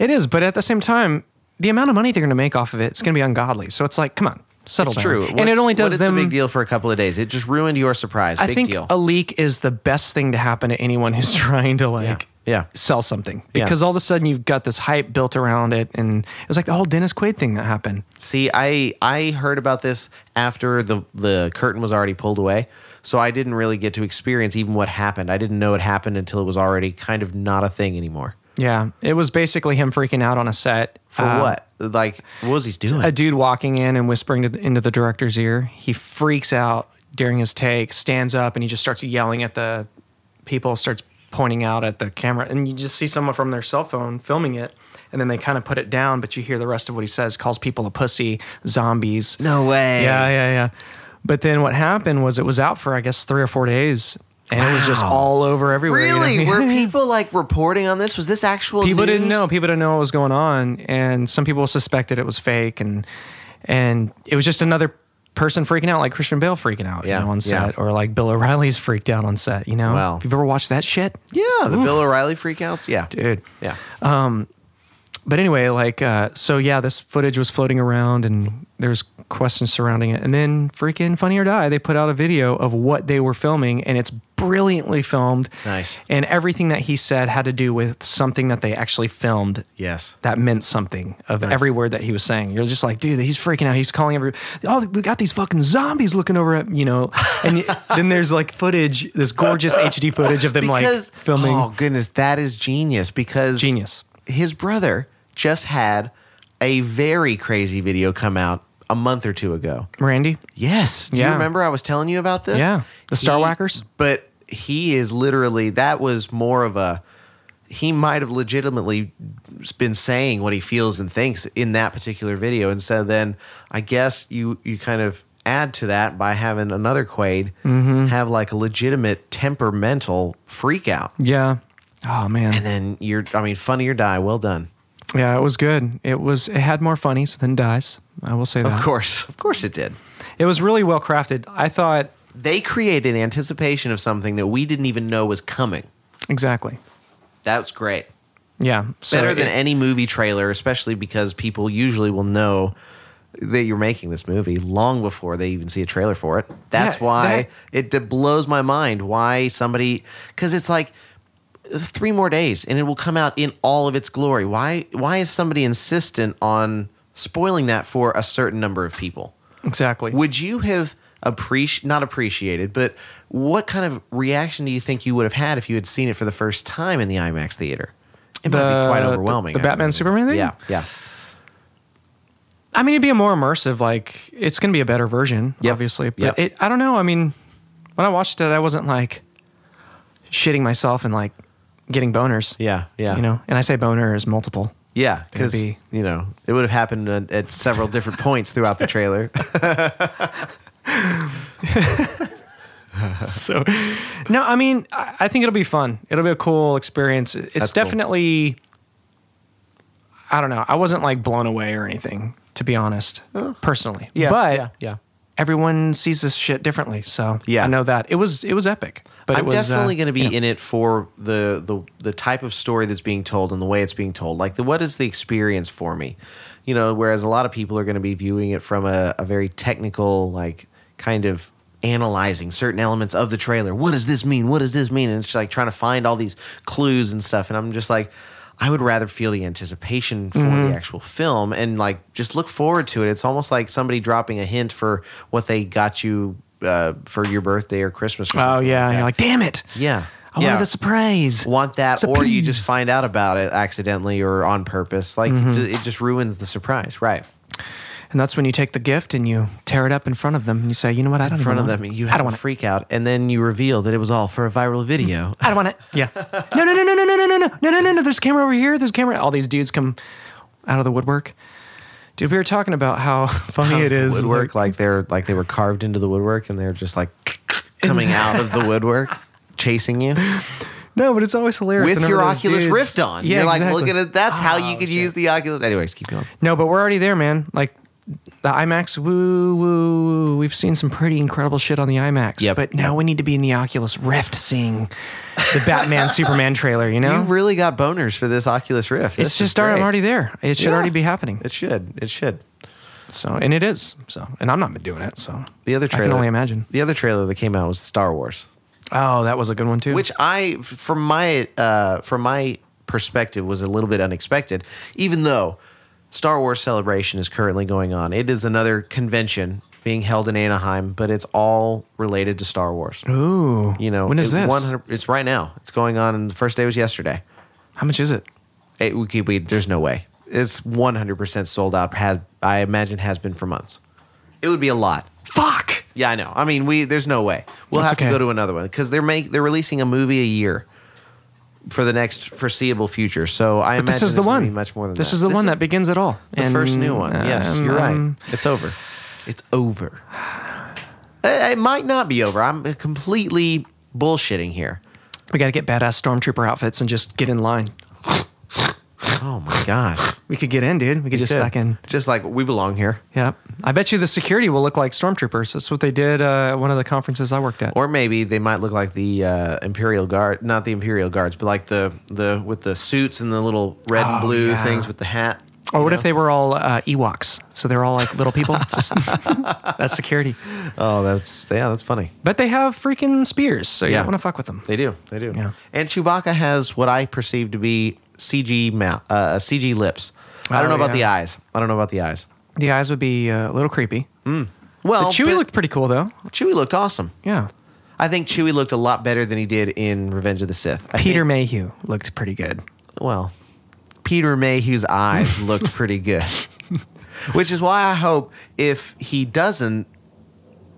[SPEAKER 3] It is, but at the same time, the amount of money they're going to make off of it, it's going to be ungodly. So it's like, come on, settle
[SPEAKER 2] It's
[SPEAKER 3] down.
[SPEAKER 2] true,
[SPEAKER 3] and it
[SPEAKER 2] What's-
[SPEAKER 3] only
[SPEAKER 2] what
[SPEAKER 3] does
[SPEAKER 2] is
[SPEAKER 3] them.
[SPEAKER 2] the big deal for a couple of days. It just ruined your surprise.
[SPEAKER 3] I
[SPEAKER 2] big
[SPEAKER 3] think
[SPEAKER 2] deal.
[SPEAKER 3] a leak is the best thing to happen to anyone who's (laughs) trying to like
[SPEAKER 2] Yeah.
[SPEAKER 3] sell something
[SPEAKER 2] Yeah.
[SPEAKER 3] because all of a sudden you've got this hype built around it, and it was like the whole Dennis Quaid thing that happened.
[SPEAKER 2] See, I I heard about this after the the curtain was already pulled away, so I didn't really get to experience even what happened. I didn't know it happened until it was already kind of not a thing anymore.
[SPEAKER 3] Yeah, it was basically him freaking out on a set
[SPEAKER 2] For
[SPEAKER 3] Uh,
[SPEAKER 2] what? Like, what was he doing?
[SPEAKER 3] A dude walking in and whispering to the, into the director's ear. He freaks out during his take, stands up, and he just starts yelling at the people, starts pointing out at the camera. And you just see someone from their cell phone filming it. And then they kind of put it down, but you hear the rest of what he says calls people a pussy, zombies.
[SPEAKER 2] no way.
[SPEAKER 3] Yeah, yeah, yeah. But then what happened was it was out for, I guess, three or four days. And it was just
[SPEAKER 2] Wow.
[SPEAKER 3] all over everywhere. you know what I (laughs)
[SPEAKER 2] Really?
[SPEAKER 3] mean?
[SPEAKER 2] Were people like reporting on this? Was this actual?
[SPEAKER 3] people didn't
[SPEAKER 2] news?
[SPEAKER 3] know people didn't know what was going on and some people suspected it was fake and and it was just another person freaking out like christian bale freaking out
[SPEAKER 2] Yeah,
[SPEAKER 3] you know, on
[SPEAKER 2] yeah.
[SPEAKER 3] set or like bill o'reilly's freaked out on set you know
[SPEAKER 2] Wow.
[SPEAKER 3] if you've ever watched that shit
[SPEAKER 2] Yeah, the Bill O'Reilly freakouts. Yeah,
[SPEAKER 3] dude
[SPEAKER 2] Yeah.
[SPEAKER 3] but anyway like uh, so yeah this footage was floating around and there's questions surrounding it. And then freaking Funny or Die, they put out a video of what they were filming, and it's brilliantly filmed.
[SPEAKER 2] Nice.
[SPEAKER 3] And everything that he said had to do with something that they actually filmed.
[SPEAKER 2] Yes.
[SPEAKER 3] That meant something of every word that he was saying. You're just like, dude, he's freaking out. He's calling every, oh, we got these fucking zombies looking over at, you know. And y- (laughs) then there's like footage, this gorgeous HD footage of them
[SPEAKER 2] because
[SPEAKER 3] like filming.
[SPEAKER 2] Oh goodness, that is genius. Because
[SPEAKER 3] Genius.
[SPEAKER 2] His brother just had a very crazy video come out a month or two ago.
[SPEAKER 3] Randy?
[SPEAKER 2] Yes. Do you
[SPEAKER 3] Yeah.
[SPEAKER 2] remember I was telling you about this?
[SPEAKER 3] Yeah. The Star Whackers?
[SPEAKER 2] But he is literally that was more of a he might have legitimately been saying what he feels and thinks in that particular video. And so then I guess you you kind of add to that by having another Quaid
[SPEAKER 3] Mm-hmm.
[SPEAKER 2] have like a legitimate temperamental freak out.
[SPEAKER 3] Yeah. Oh, man.
[SPEAKER 2] And then you're I mean, funny or die, well done.
[SPEAKER 3] Yeah, it was good. It was it had more funnies than dies. I will say that.
[SPEAKER 2] Of course. Of course it did.
[SPEAKER 3] It was really well crafted. I thought
[SPEAKER 2] They created anticipation of something that we didn't even know was coming.
[SPEAKER 3] exactly.
[SPEAKER 2] That's great.
[SPEAKER 3] Yeah. So
[SPEAKER 2] better than
[SPEAKER 3] it-
[SPEAKER 2] any movie trailer, especially because people usually will know that you're making this movie long before they even see a trailer for it. That's
[SPEAKER 3] Yeah,
[SPEAKER 2] why
[SPEAKER 3] that-
[SPEAKER 2] it d- blows my mind why somebody because it's like uh, three more days and it will come out in all of its glory. Why why is somebody insistent on spoiling that for a certain number of people?
[SPEAKER 3] exactly.
[SPEAKER 2] Would you have appreci not appreciated, but what kind of reaction do you think you would have had if you had seen it for the first time in the IMAX theater? It might be quite
[SPEAKER 3] The-
[SPEAKER 2] overwhelming.
[SPEAKER 3] the
[SPEAKER 2] I
[SPEAKER 3] Batman
[SPEAKER 2] imagine.
[SPEAKER 3] Superman thing?
[SPEAKER 2] Yeah, yeah.
[SPEAKER 3] I mean, it'd be a more immersive. Like it's going to be a better version,
[SPEAKER 2] Yep.
[SPEAKER 3] obviously. But
[SPEAKER 2] Yep.
[SPEAKER 3] it, I don't know. I mean, when I watched it, I wasn't like shitting myself and like getting boners.
[SPEAKER 2] Yeah, yeah.
[SPEAKER 3] You know, and I say boner
[SPEAKER 2] (laughs)
[SPEAKER 3] is multiple.
[SPEAKER 2] Yeah, because
[SPEAKER 3] be-
[SPEAKER 2] you know it would have happened at, at several different points throughout the
[SPEAKER 3] (laughs)
[SPEAKER 2] trailer.
[SPEAKER 3] so no i mean I, I think it'll be fun it'll be a cool experience it's
[SPEAKER 2] cool.
[SPEAKER 3] definitely i don't know i wasn't like blown away or anything to be honest personally but
[SPEAKER 2] Oh. yeah, yeah.
[SPEAKER 3] everyone sees this shit differently so
[SPEAKER 2] Yeah.
[SPEAKER 3] i know that it was it was epic but
[SPEAKER 2] I'm
[SPEAKER 3] it was uh,
[SPEAKER 2] definitely going to be
[SPEAKER 3] you know,
[SPEAKER 2] in it for the, the the type of story that's being told and the way it's being told. Like, the, what is the experience for me? You know, whereas a lot of people are going to be viewing it from a, a very technical, like, kind of analyzing certain elements of the trailer. What does this mean? What does this mean? And it's like trying to find all these clues and stuff. And I'm just like, I would rather feel the anticipation for
[SPEAKER 3] Mm-hmm.
[SPEAKER 2] the actual film and like just look forward to it. It's almost like somebody dropping a hint for what they got you uh, for your birthday or Christmas. Or
[SPEAKER 3] oh
[SPEAKER 2] something
[SPEAKER 3] yeah
[SPEAKER 2] like
[SPEAKER 3] and
[SPEAKER 2] that.
[SPEAKER 3] you're like damn it
[SPEAKER 2] Yeah.
[SPEAKER 3] i
[SPEAKER 2] yeah.
[SPEAKER 3] wanted the surprise
[SPEAKER 2] Want that, or you just
[SPEAKER 3] Surprise.
[SPEAKER 2] find out about it accidentally or on purpose. Like
[SPEAKER 3] Mm-hmm.
[SPEAKER 2] d- it just ruins the surprise, right?
[SPEAKER 3] and that's when you take the gift and you tear it up in front of them and you say you know what i don't
[SPEAKER 2] In front of
[SPEAKER 3] even
[SPEAKER 2] them,
[SPEAKER 3] want it.
[SPEAKER 2] you
[SPEAKER 3] Mm-hmm. i
[SPEAKER 2] have
[SPEAKER 3] don't
[SPEAKER 2] a
[SPEAKER 3] want it
[SPEAKER 2] freak out, and then you reveal that it was all for a viral video.
[SPEAKER 3] I don't
[SPEAKER 2] (laughs)
[SPEAKER 3] want it. Yeah. No, no, no, no, no, no, no, no, no, no, no, no, no. There's a camera over here. There's a camera. All these dudes come out of the woodwork. Dude, we were talking about how (laughs) funny it
[SPEAKER 2] The
[SPEAKER 3] is.
[SPEAKER 2] woodwork, like they're like they were carved into the woodwork, and they're just like coming out of the
[SPEAKER 3] (laughs)
[SPEAKER 2] woodwork, chasing you
[SPEAKER 3] No, but it's always hilarious.
[SPEAKER 2] with
[SPEAKER 3] whenever
[SPEAKER 2] your
[SPEAKER 3] those
[SPEAKER 2] Oculus
[SPEAKER 3] dudes-
[SPEAKER 2] Rift on.
[SPEAKER 3] Yeah,
[SPEAKER 2] You're like,
[SPEAKER 3] exactly. Oh,
[SPEAKER 2] look at it. That's how you could use the Oculus. Anyways, keep going.
[SPEAKER 3] No, but we're already there, man. Like the IMAX, woo, woo, woo. We've seen some pretty incredible shit on the IMAX.
[SPEAKER 2] Yep.
[SPEAKER 3] But now we need to be in the Oculus Rift seeing the Batman Superman trailer, you know?
[SPEAKER 2] You really got boners for this Oculus Rift.
[SPEAKER 3] it's
[SPEAKER 2] This
[SPEAKER 3] just
[SPEAKER 2] is
[SPEAKER 3] already- I'm
[SPEAKER 2] great.
[SPEAKER 3] already there. It should
[SPEAKER 2] Yeah.
[SPEAKER 3] already be happening.
[SPEAKER 2] It should. It should.
[SPEAKER 3] So, and it is. So, and I'm not doing it. So,
[SPEAKER 2] The other
[SPEAKER 3] I
[SPEAKER 2] trailer.
[SPEAKER 3] can only imagine.
[SPEAKER 2] The other trailer that came out was Star Wars,
[SPEAKER 3] Oh, that was a good one too.
[SPEAKER 2] which I, f- from my, uh, from my perspective, was a little bit unexpected. Even though Star Wars Celebration is currently going on, it is another convention being held in Anaheim, but it's all related to Star Wars.
[SPEAKER 3] ooh,
[SPEAKER 2] You know,
[SPEAKER 3] when is
[SPEAKER 2] it-
[SPEAKER 3] this?
[SPEAKER 2] 100 it's right now. It's going on, and the first day was yesterday.
[SPEAKER 3] How much is it?
[SPEAKER 2] It, we, could- we, there's no way. It's 100% sold out. Has I imagine has been for months. It would be a lot.
[SPEAKER 3] Fuck.
[SPEAKER 2] Yeah, I know. I mean, we there's no way we'll
[SPEAKER 3] That's
[SPEAKER 2] have to
[SPEAKER 3] okay.
[SPEAKER 2] go to another one because they're make they're releasing a movie a year for the next foreseeable future. So I
[SPEAKER 3] This
[SPEAKER 2] imagine
[SPEAKER 3] is the
[SPEAKER 2] there's gonna
[SPEAKER 3] one.
[SPEAKER 2] Be much more than
[SPEAKER 3] this
[SPEAKER 2] that.
[SPEAKER 3] is the one that begins it all. um,
[SPEAKER 2] the first new one. yes, you're right. It's over. It's over. (sighs) It, it might not be over. I'm completely bullshitting here.
[SPEAKER 3] We got to get badass stormtrooper outfits and just get in line.
[SPEAKER 2] Oh my god.
[SPEAKER 3] We could get in, dude. We could just
[SPEAKER 2] Good.
[SPEAKER 3] fucking.
[SPEAKER 2] Just like we belong here,
[SPEAKER 3] Yeah. I bet you the security will look like stormtroopers. That's what they did uh, at one of the conferences I worked at.
[SPEAKER 2] or maybe they might look like the uh, Imperial Guard, not the Imperial Guards, but like the the with the suits and the little red and
[SPEAKER 3] Oh,
[SPEAKER 2] blue
[SPEAKER 3] yeah.
[SPEAKER 2] things with the hat.
[SPEAKER 3] Or what if they were all uh, Ewoks? So they're all like
[SPEAKER 2] (laughs)
[SPEAKER 3] little people. Just, that's security.
[SPEAKER 2] Oh, that's yeah, that's funny.
[SPEAKER 3] But they have freaking spears, so you
[SPEAKER 2] Yeah.
[SPEAKER 3] don't want to fuck with them.
[SPEAKER 2] They do. They do.
[SPEAKER 3] Yeah.
[SPEAKER 2] And Chewbacca has what I perceive to be CG mouth, uh, CG lips. I don't
[SPEAKER 3] Oh,
[SPEAKER 2] know about
[SPEAKER 3] yeah.
[SPEAKER 2] the eyes. I don't know about the eyes.
[SPEAKER 3] The eyes would be uh, a little creepy.
[SPEAKER 2] Well,
[SPEAKER 3] But Chewie
[SPEAKER 2] but
[SPEAKER 3] looked pretty cool though.
[SPEAKER 2] Chewie looked awesome.
[SPEAKER 3] Yeah.
[SPEAKER 2] I think Chewie looked a lot better than he did in Revenge of the Sith. I
[SPEAKER 3] Peter
[SPEAKER 2] think-
[SPEAKER 3] Mayhew looked pretty good.
[SPEAKER 2] well, Peter Mayhew's eyes looked pretty good, which is why I hope if he doesn't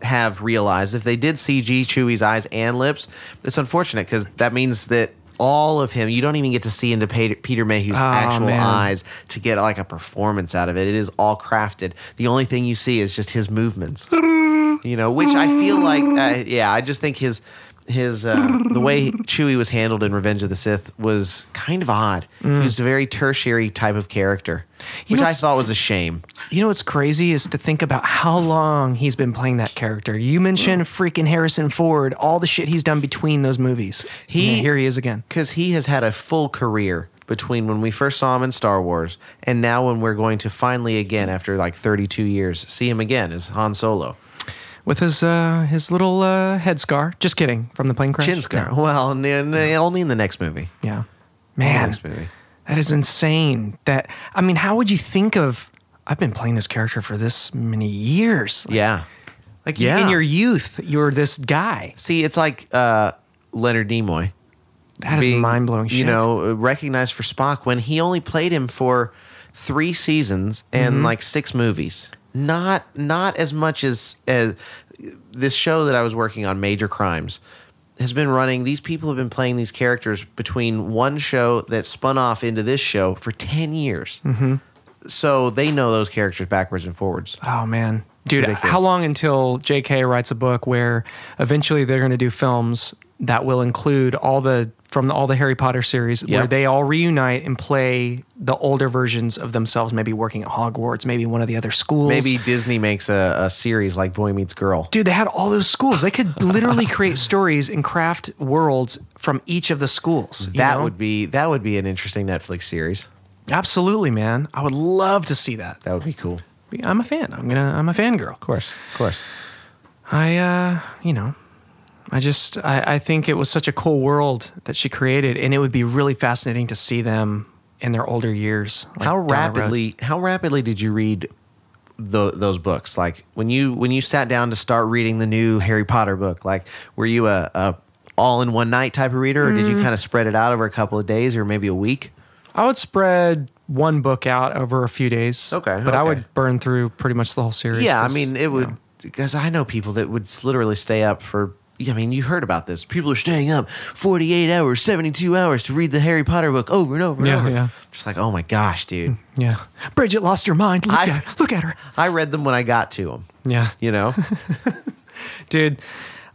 [SPEAKER 2] have realized if they did CG Chewie's eyes and lips, it's unfortunate because that means that all of him you don't even get to see into Peter, Peter Mayhew's actual
[SPEAKER 3] man.
[SPEAKER 2] eyes to get like a performance out of it. It is all crafted. The only thing you see is just his movements. you know, which I feel like, uh, yeah, I just think his his uh, the way Chewie was handled in Revenge of the Sith was kind of odd. He was a very tertiary type of character,
[SPEAKER 3] Mm. You
[SPEAKER 2] which
[SPEAKER 3] know
[SPEAKER 2] I
[SPEAKER 3] what's-
[SPEAKER 2] thought was a shame.
[SPEAKER 3] You know what's crazy is to think about how long he's been playing that character. You mentioned freaking Harrison Ford, all the shit he's done between those movies.
[SPEAKER 2] He-
[SPEAKER 3] And here he is again.
[SPEAKER 2] because he has had a full career between when we first saw him in Star Wars and now when we're going to finally again after like 32 years see him again as Han Solo.
[SPEAKER 3] with his uh, his little uh, head scar. Just kidding, from the plane crash.
[SPEAKER 2] Chin scar. Oh,
[SPEAKER 3] No.
[SPEAKER 2] Well, n- n- only in the next movie.
[SPEAKER 3] Yeah,
[SPEAKER 2] Only in the
[SPEAKER 3] man,
[SPEAKER 2] next movie.
[SPEAKER 3] that is insane. That I mean, how would you think of? I've been playing this character for this many years. Like,
[SPEAKER 2] Yeah.
[SPEAKER 3] like
[SPEAKER 2] Yeah.
[SPEAKER 3] in your youth, you're this guy.
[SPEAKER 2] See, it's like uh, Leonard Nimoy.
[SPEAKER 3] That is
[SPEAKER 2] being,
[SPEAKER 3] mind blowing.
[SPEAKER 2] You know, recognized for Spock when he only played him for three seasons and
[SPEAKER 3] Mm-hmm.
[SPEAKER 2] like six movies. Not not as much as as this show that I was working on, Major Crimes, has been running. These people have been playing these characters between one show that spun off into this show for ten years.
[SPEAKER 3] Mm-hmm.
[SPEAKER 2] So they know those characters backwards and forwards.
[SPEAKER 3] Oh man, dude,
[SPEAKER 2] ridiculous.
[SPEAKER 3] how long until J.K. writes a book where eventually they're going to do films that will include all the from the, all the Harry Potter series where
[SPEAKER 2] Yep.
[SPEAKER 3] they all reunite and play the older versions of themselves, maybe working at Hogwarts, maybe one of the other schools.
[SPEAKER 2] Maybe Disney makes a, a series like Boy Meets Girl.
[SPEAKER 3] Dude, they had all those schools. They
[SPEAKER 2] (laughs)
[SPEAKER 3] could literally create stories and craft worlds from each of the schools. you
[SPEAKER 2] that
[SPEAKER 3] know?
[SPEAKER 2] would be that would be an interesting Netflix series.
[SPEAKER 3] absolutely, man. I would love to see that.
[SPEAKER 2] That would be cool.
[SPEAKER 3] I'm a fan. I'm gonna. I'm a fangirl.
[SPEAKER 2] Of course, of course.
[SPEAKER 3] I, uh, you know, I just, I, I think it was such a cool world that she created, and it would be really fascinating to see them in their older years. like
[SPEAKER 2] How
[SPEAKER 3] down the road.
[SPEAKER 2] rapidly? How rapidly did you read tho- those books? Like when you when you sat down to start reading the new Harry Potter book, like were you a, a all in one night type of reader, or did
[SPEAKER 3] Mm.
[SPEAKER 2] you kind of spread it out over a couple of days or maybe a week?
[SPEAKER 3] I would spread one book out over a few days.
[SPEAKER 2] Okay,
[SPEAKER 3] but I
[SPEAKER 2] okay.
[SPEAKER 3] would burn through pretty much the whole series.
[SPEAKER 2] Yeah, I
[SPEAKER 3] 'cause,
[SPEAKER 2] mean it would because I know people that would s- literally stay up for. I mean, you heard about this. People are staying up 48 hours, 72 hours to read the Harry Potter book over and over and
[SPEAKER 3] Yeah,
[SPEAKER 2] over.
[SPEAKER 3] yeah. Hmm.
[SPEAKER 2] Just like, oh my gosh, dude.
[SPEAKER 3] yeah. Bridget lost her mind. Look
[SPEAKER 2] I-
[SPEAKER 3] at her. Look at her.
[SPEAKER 2] I read them when I got to them.
[SPEAKER 3] Yeah,
[SPEAKER 2] You know?
[SPEAKER 3] dude.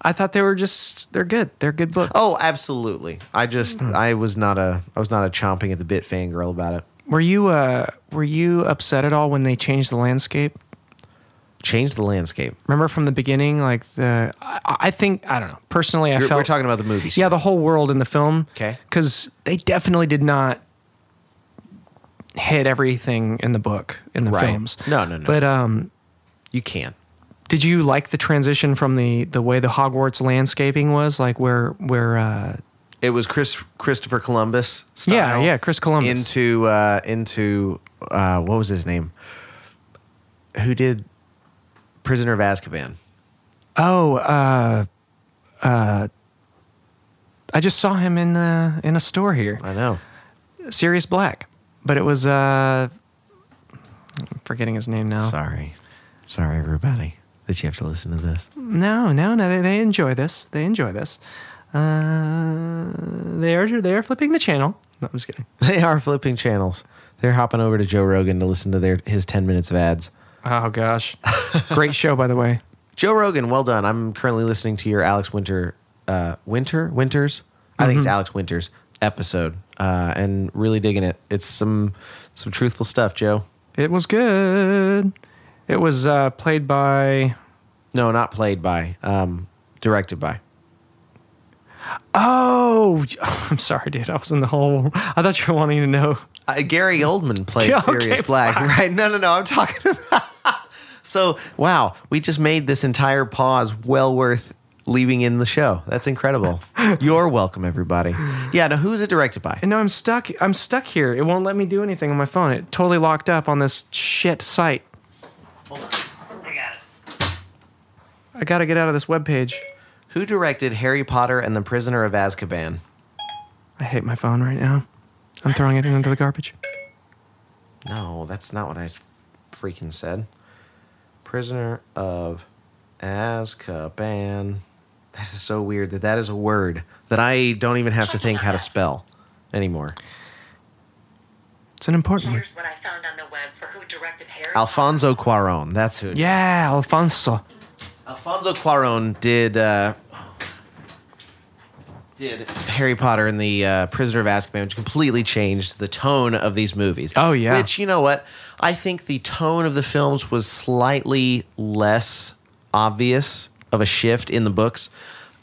[SPEAKER 3] I thought they were just, they're good. They're good books.
[SPEAKER 2] oh, absolutely. I just
[SPEAKER 3] Hmm.
[SPEAKER 2] I was not a I was not a chomping at the bit fangirl about it.
[SPEAKER 3] Were you, uh, were you upset at all when they changed the landscape?
[SPEAKER 2] Change the landscape.
[SPEAKER 3] Remember from the beginning, like the I, I think I don't know. Personally, I
[SPEAKER 2] We're,
[SPEAKER 3] felt
[SPEAKER 2] we're talking about the movies.
[SPEAKER 3] yeah the whole world in the film.
[SPEAKER 2] 'Kay.
[SPEAKER 3] because they definitely did not hit everything in the book in the
[SPEAKER 2] Right.
[SPEAKER 3] films.
[SPEAKER 2] No, no, no.
[SPEAKER 3] But um,
[SPEAKER 2] You can.
[SPEAKER 3] did you like the transition from the the way the Hogwarts landscaping was, like where where uh,
[SPEAKER 2] It was Chris Christopher Columbus.
[SPEAKER 3] yeah
[SPEAKER 2] style
[SPEAKER 3] yeah Chris Columbus
[SPEAKER 2] Into uh into uh what was his name? Who did Prisoner of Azkaban?
[SPEAKER 3] Oh, uh, uh, I just saw him in uh, in a store here.
[SPEAKER 2] I know.
[SPEAKER 3] Sirius Black, but it was uh, I'm forgetting his name now.
[SPEAKER 2] Sorry. Sorry everybody that you have to listen to this. (laughs)
[SPEAKER 3] No, no, no. They, they enjoy this. They enjoy this. Uh, they are they are flipping the channel. No, I'm just kidding.
[SPEAKER 2] They are flipping channels. They're hopping over to Joe Rogan to listen to their his 10 minutes of ads.
[SPEAKER 3] Oh gosh, (laughs) great show by the way.
[SPEAKER 2] Joe Rogan, well done. I'm currently listening to your Alex Winter, uh, Winter Winters. I
[SPEAKER 3] Mm-hmm.
[SPEAKER 2] think it's Alex Winters episode, uh, and really digging it. It's some some truthful stuff, Joe.
[SPEAKER 3] It was good. It was uh, played by
[SPEAKER 2] No, not played by, um, directed by.
[SPEAKER 3] (laughs) Oh, I'm sorry, dude. I was in the whole. I thought you were wanting to know.
[SPEAKER 2] Uh, Gary Oldman played
[SPEAKER 3] (laughs) Yeah, okay,
[SPEAKER 2] Sirius Black, right? No, no, no. I'm talking (laughs) about. so, wow, we just made this entire pause well worth leaving in the show. That's
[SPEAKER 3] (laughs)
[SPEAKER 2] incredible. You're welcome, everybody. Yeah. Now, who is it directed by?
[SPEAKER 3] And now I'm stuck. I'm stuck here. It won't let me do anything on my phone. It totally locked up on this shit site. Hold on. I got it. I gotta get out of this webpage.
[SPEAKER 2] Who directed Harry Potter and the Prisoner of Azkaban?
[SPEAKER 3] I hate my phone right now. I'm throwing it into the garbage.
[SPEAKER 2] No, that's not what I freaking said. Prisoner of Azkaban. That is so weird that that is a word that I don't even have to think how to spell anymore.
[SPEAKER 3] It's an important one.
[SPEAKER 5] Here's what I found on the web for who directed Harry.
[SPEAKER 2] Alfonso Cuaron. That's who.
[SPEAKER 3] Yeah, Alfonso.
[SPEAKER 2] Alfonso Cuaron did uh, did Harry Potter and the uh, Prisoner of Azkaban, which completely changed the tone of these movies.
[SPEAKER 3] Oh, yeah.
[SPEAKER 2] Which you know what? I think the tone of the films was slightly less obvious of a shift in the books.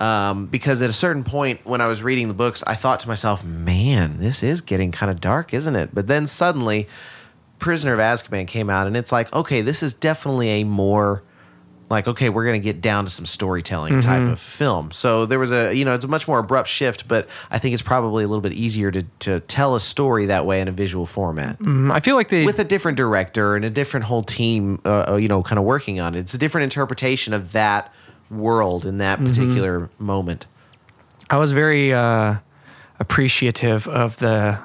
[SPEAKER 2] Um, because at a certain point when I was reading the books, I thought to myself, man, this is getting kind of dark, isn't it? But then suddenly, Prisoner of Azkaban came out, and it's like, okay, this is definitely a more like okay we're going to get down to some storytelling type of film so there was a you know it's a much more abrupt shift but i think it's probably a little bit easier to, to tell a story that way in a visual format
[SPEAKER 3] Mm, I feel like they.
[SPEAKER 2] with a different director and a different whole team uh, uh, you know kind of working on it it's a different interpretation of that world in that particular moment
[SPEAKER 3] I was very uh, appreciative of the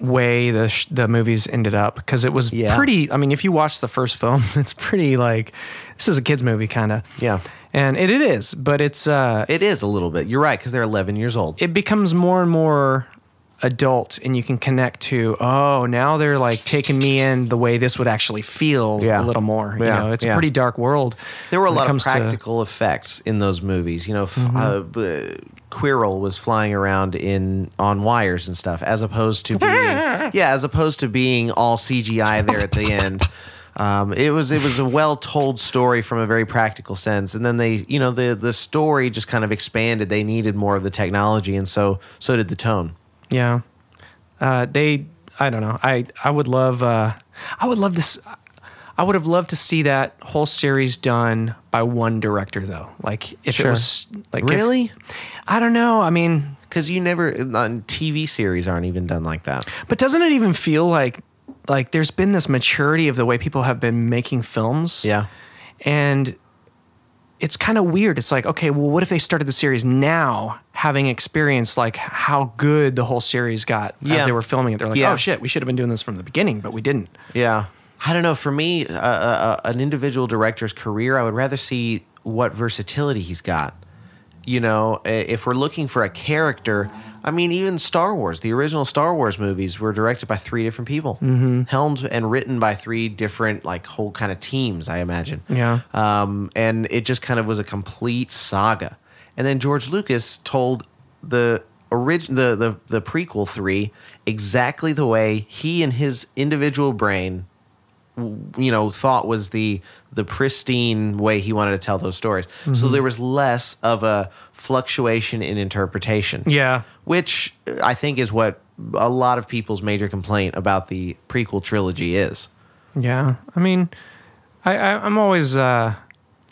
[SPEAKER 3] way the sh- the movies ended up because it was
[SPEAKER 2] Yeah.
[SPEAKER 3] pretty. I mean, if you watch the first film, (laughs) it's pretty like this is a kids movie kind of.
[SPEAKER 2] Yeah.
[SPEAKER 3] and it, it is, but it's uh,
[SPEAKER 2] it is a little bit you're right because they're 11 years old
[SPEAKER 3] it becomes more and more adult and you can connect to oh now they're like taking me in the way this would actually feel
[SPEAKER 2] Yeah.
[SPEAKER 3] a little more you
[SPEAKER 2] Yeah,
[SPEAKER 3] know it's
[SPEAKER 2] yeah.
[SPEAKER 3] a pretty dark world
[SPEAKER 2] There were a
[SPEAKER 3] when it
[SPEAKER 2] lot of
[SPEAKER 3] comes to- Mm-hmm.
[SPEAKER 2] practical effects in those movies. You know, f- uh, b- Quirrell was flying around in on wires and stuff, as opposed
[SPEAKER 3] (laughs)
[SPEAKER 2] to being yeah, as opposed to being all CGI there at the end. Um, it was it was a well told story from a very practical sense, and then they you know the the story just kind of expanded. They needed more of the technology, and so so did the tone.
[SPEAKER 3] Yeah. Uh, they, I don't know. I, I would love, uh, I would love to, s- I would have loved to see that whole series done by one director though. Like if it
[SPEAKER 2] Sure.
[SPEAKER 3] was like, if-
[SPEAKER 2] Really?
[SPEAKER 3] I don't know. I mean,
[SPEAKER 2] Because you never on TV series aren't even done like that.
[SPEAKER 3] but doesn't it even feel like, like there's been this maturity of the way people have been making films.
[SPEAKER 2] Yeah.
[SPEAKER 3] And it's kind of weird. It's like, okay, well, what if they started the series now, having experienced like how good the whole series got as
[SPEAKER 2] Yeah.
[SPEAKER 3] they were filming it? They're like,
[SPEAKER 2] Yeah.
[SPEAKER 3] oh shit, we should have been doing this from the beginning, but we didn't.
[SPEAKER 2] Yeah. I don't know. For me, uh, uh, uh, an individual director's career, I would rather see what versatility he's got. You know, i- if we're looking for a character, I mean, even Star Wars, the original Star Wars movies were directed by three different people, helmed and written by three different, like, whole kind of teams, I imagine.
[SPEAKER 3] Yeah.
[SPEAKER 2] Um, and it just kind of was a complete saga. And then George Lucas told the origin the, the the prequel three exactly the way he and his individual brain you know thought was the the pristine way he wanted to tell those stories. So
[SPEAKER 3] Mm-hmm.
[SPEAKER 2] there was less of a fluctuation in interpretation.
[SPEAKER 3] Yeah.
[SPEAKER 2] Which uh, I think is what a lot of people's major complaint about the prequel trilogy is.
[SPEAKER 3] Yeah. I mean, I, I I'm always uh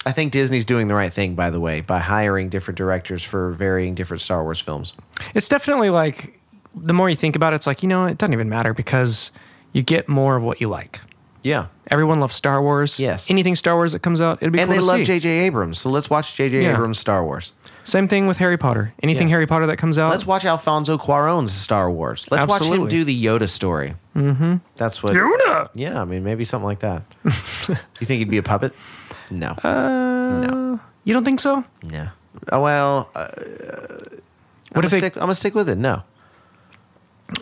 [SPEAKER 2] I think Disney's doing the right thing, by the way, by hiring different directors for varying different Star Wars films.
[SPEAKER 3] it's definitely like the more you think about it, it's like, you know, it doesn't even matter because you get more of what you like.
[SPEAKER 2] Yeah.
[SPEAKER 3] Everyone loves Star Wars.
[SPEAKER 2] Yes.
[SPEAKER 3] Anything Star Wars that comes out, it'd be
[SPEAKER 2] And
[SPEAKER 3] cool
[SPEAKER 2] they
[SPEAKER 3] to
[SPEAKER 2] love
[SPEAKER 3] see.
[SPEAKER 2] J.J. Abrams, so let's watch J.J.
[SPEAKER 3] Yeah.
[SPEAKER 2] Abrams' Star Wars.
[SPEAKER 3] Same thing with Harry Potter. Anything
[SPEAKER 2] Yes.
[SPEAKER 3] Harry Potter that comes out.
[SPEAKER 2] Let's watch Alfonso Cuarón's Star Wars. Let's watch him
[SPEAKER 3] Absolutely.
[SPEAKER 2] do the Yoda story. Mm-hmm. That's what. Yoda. Yeah, I mean, maybe something like
[SPEAKER 3] (laughs)
[SPEAKER 2] that. you think he'd be a puppet? No.
[SPEAKER 3] Uh,
[SPEAKER 2] no.
[SPEAKER 3] you don't think so?
[SPEAKER 2] No. Oh, well, uh,
[SPEAKER 3] What
[SPEAKER 2] I'm
[SPEAKER 3] if
[SPEAKER 2] gonna
[SPEAKER 3] they-
[SPEAKER 2] stick, I'm gonna stick with it. No.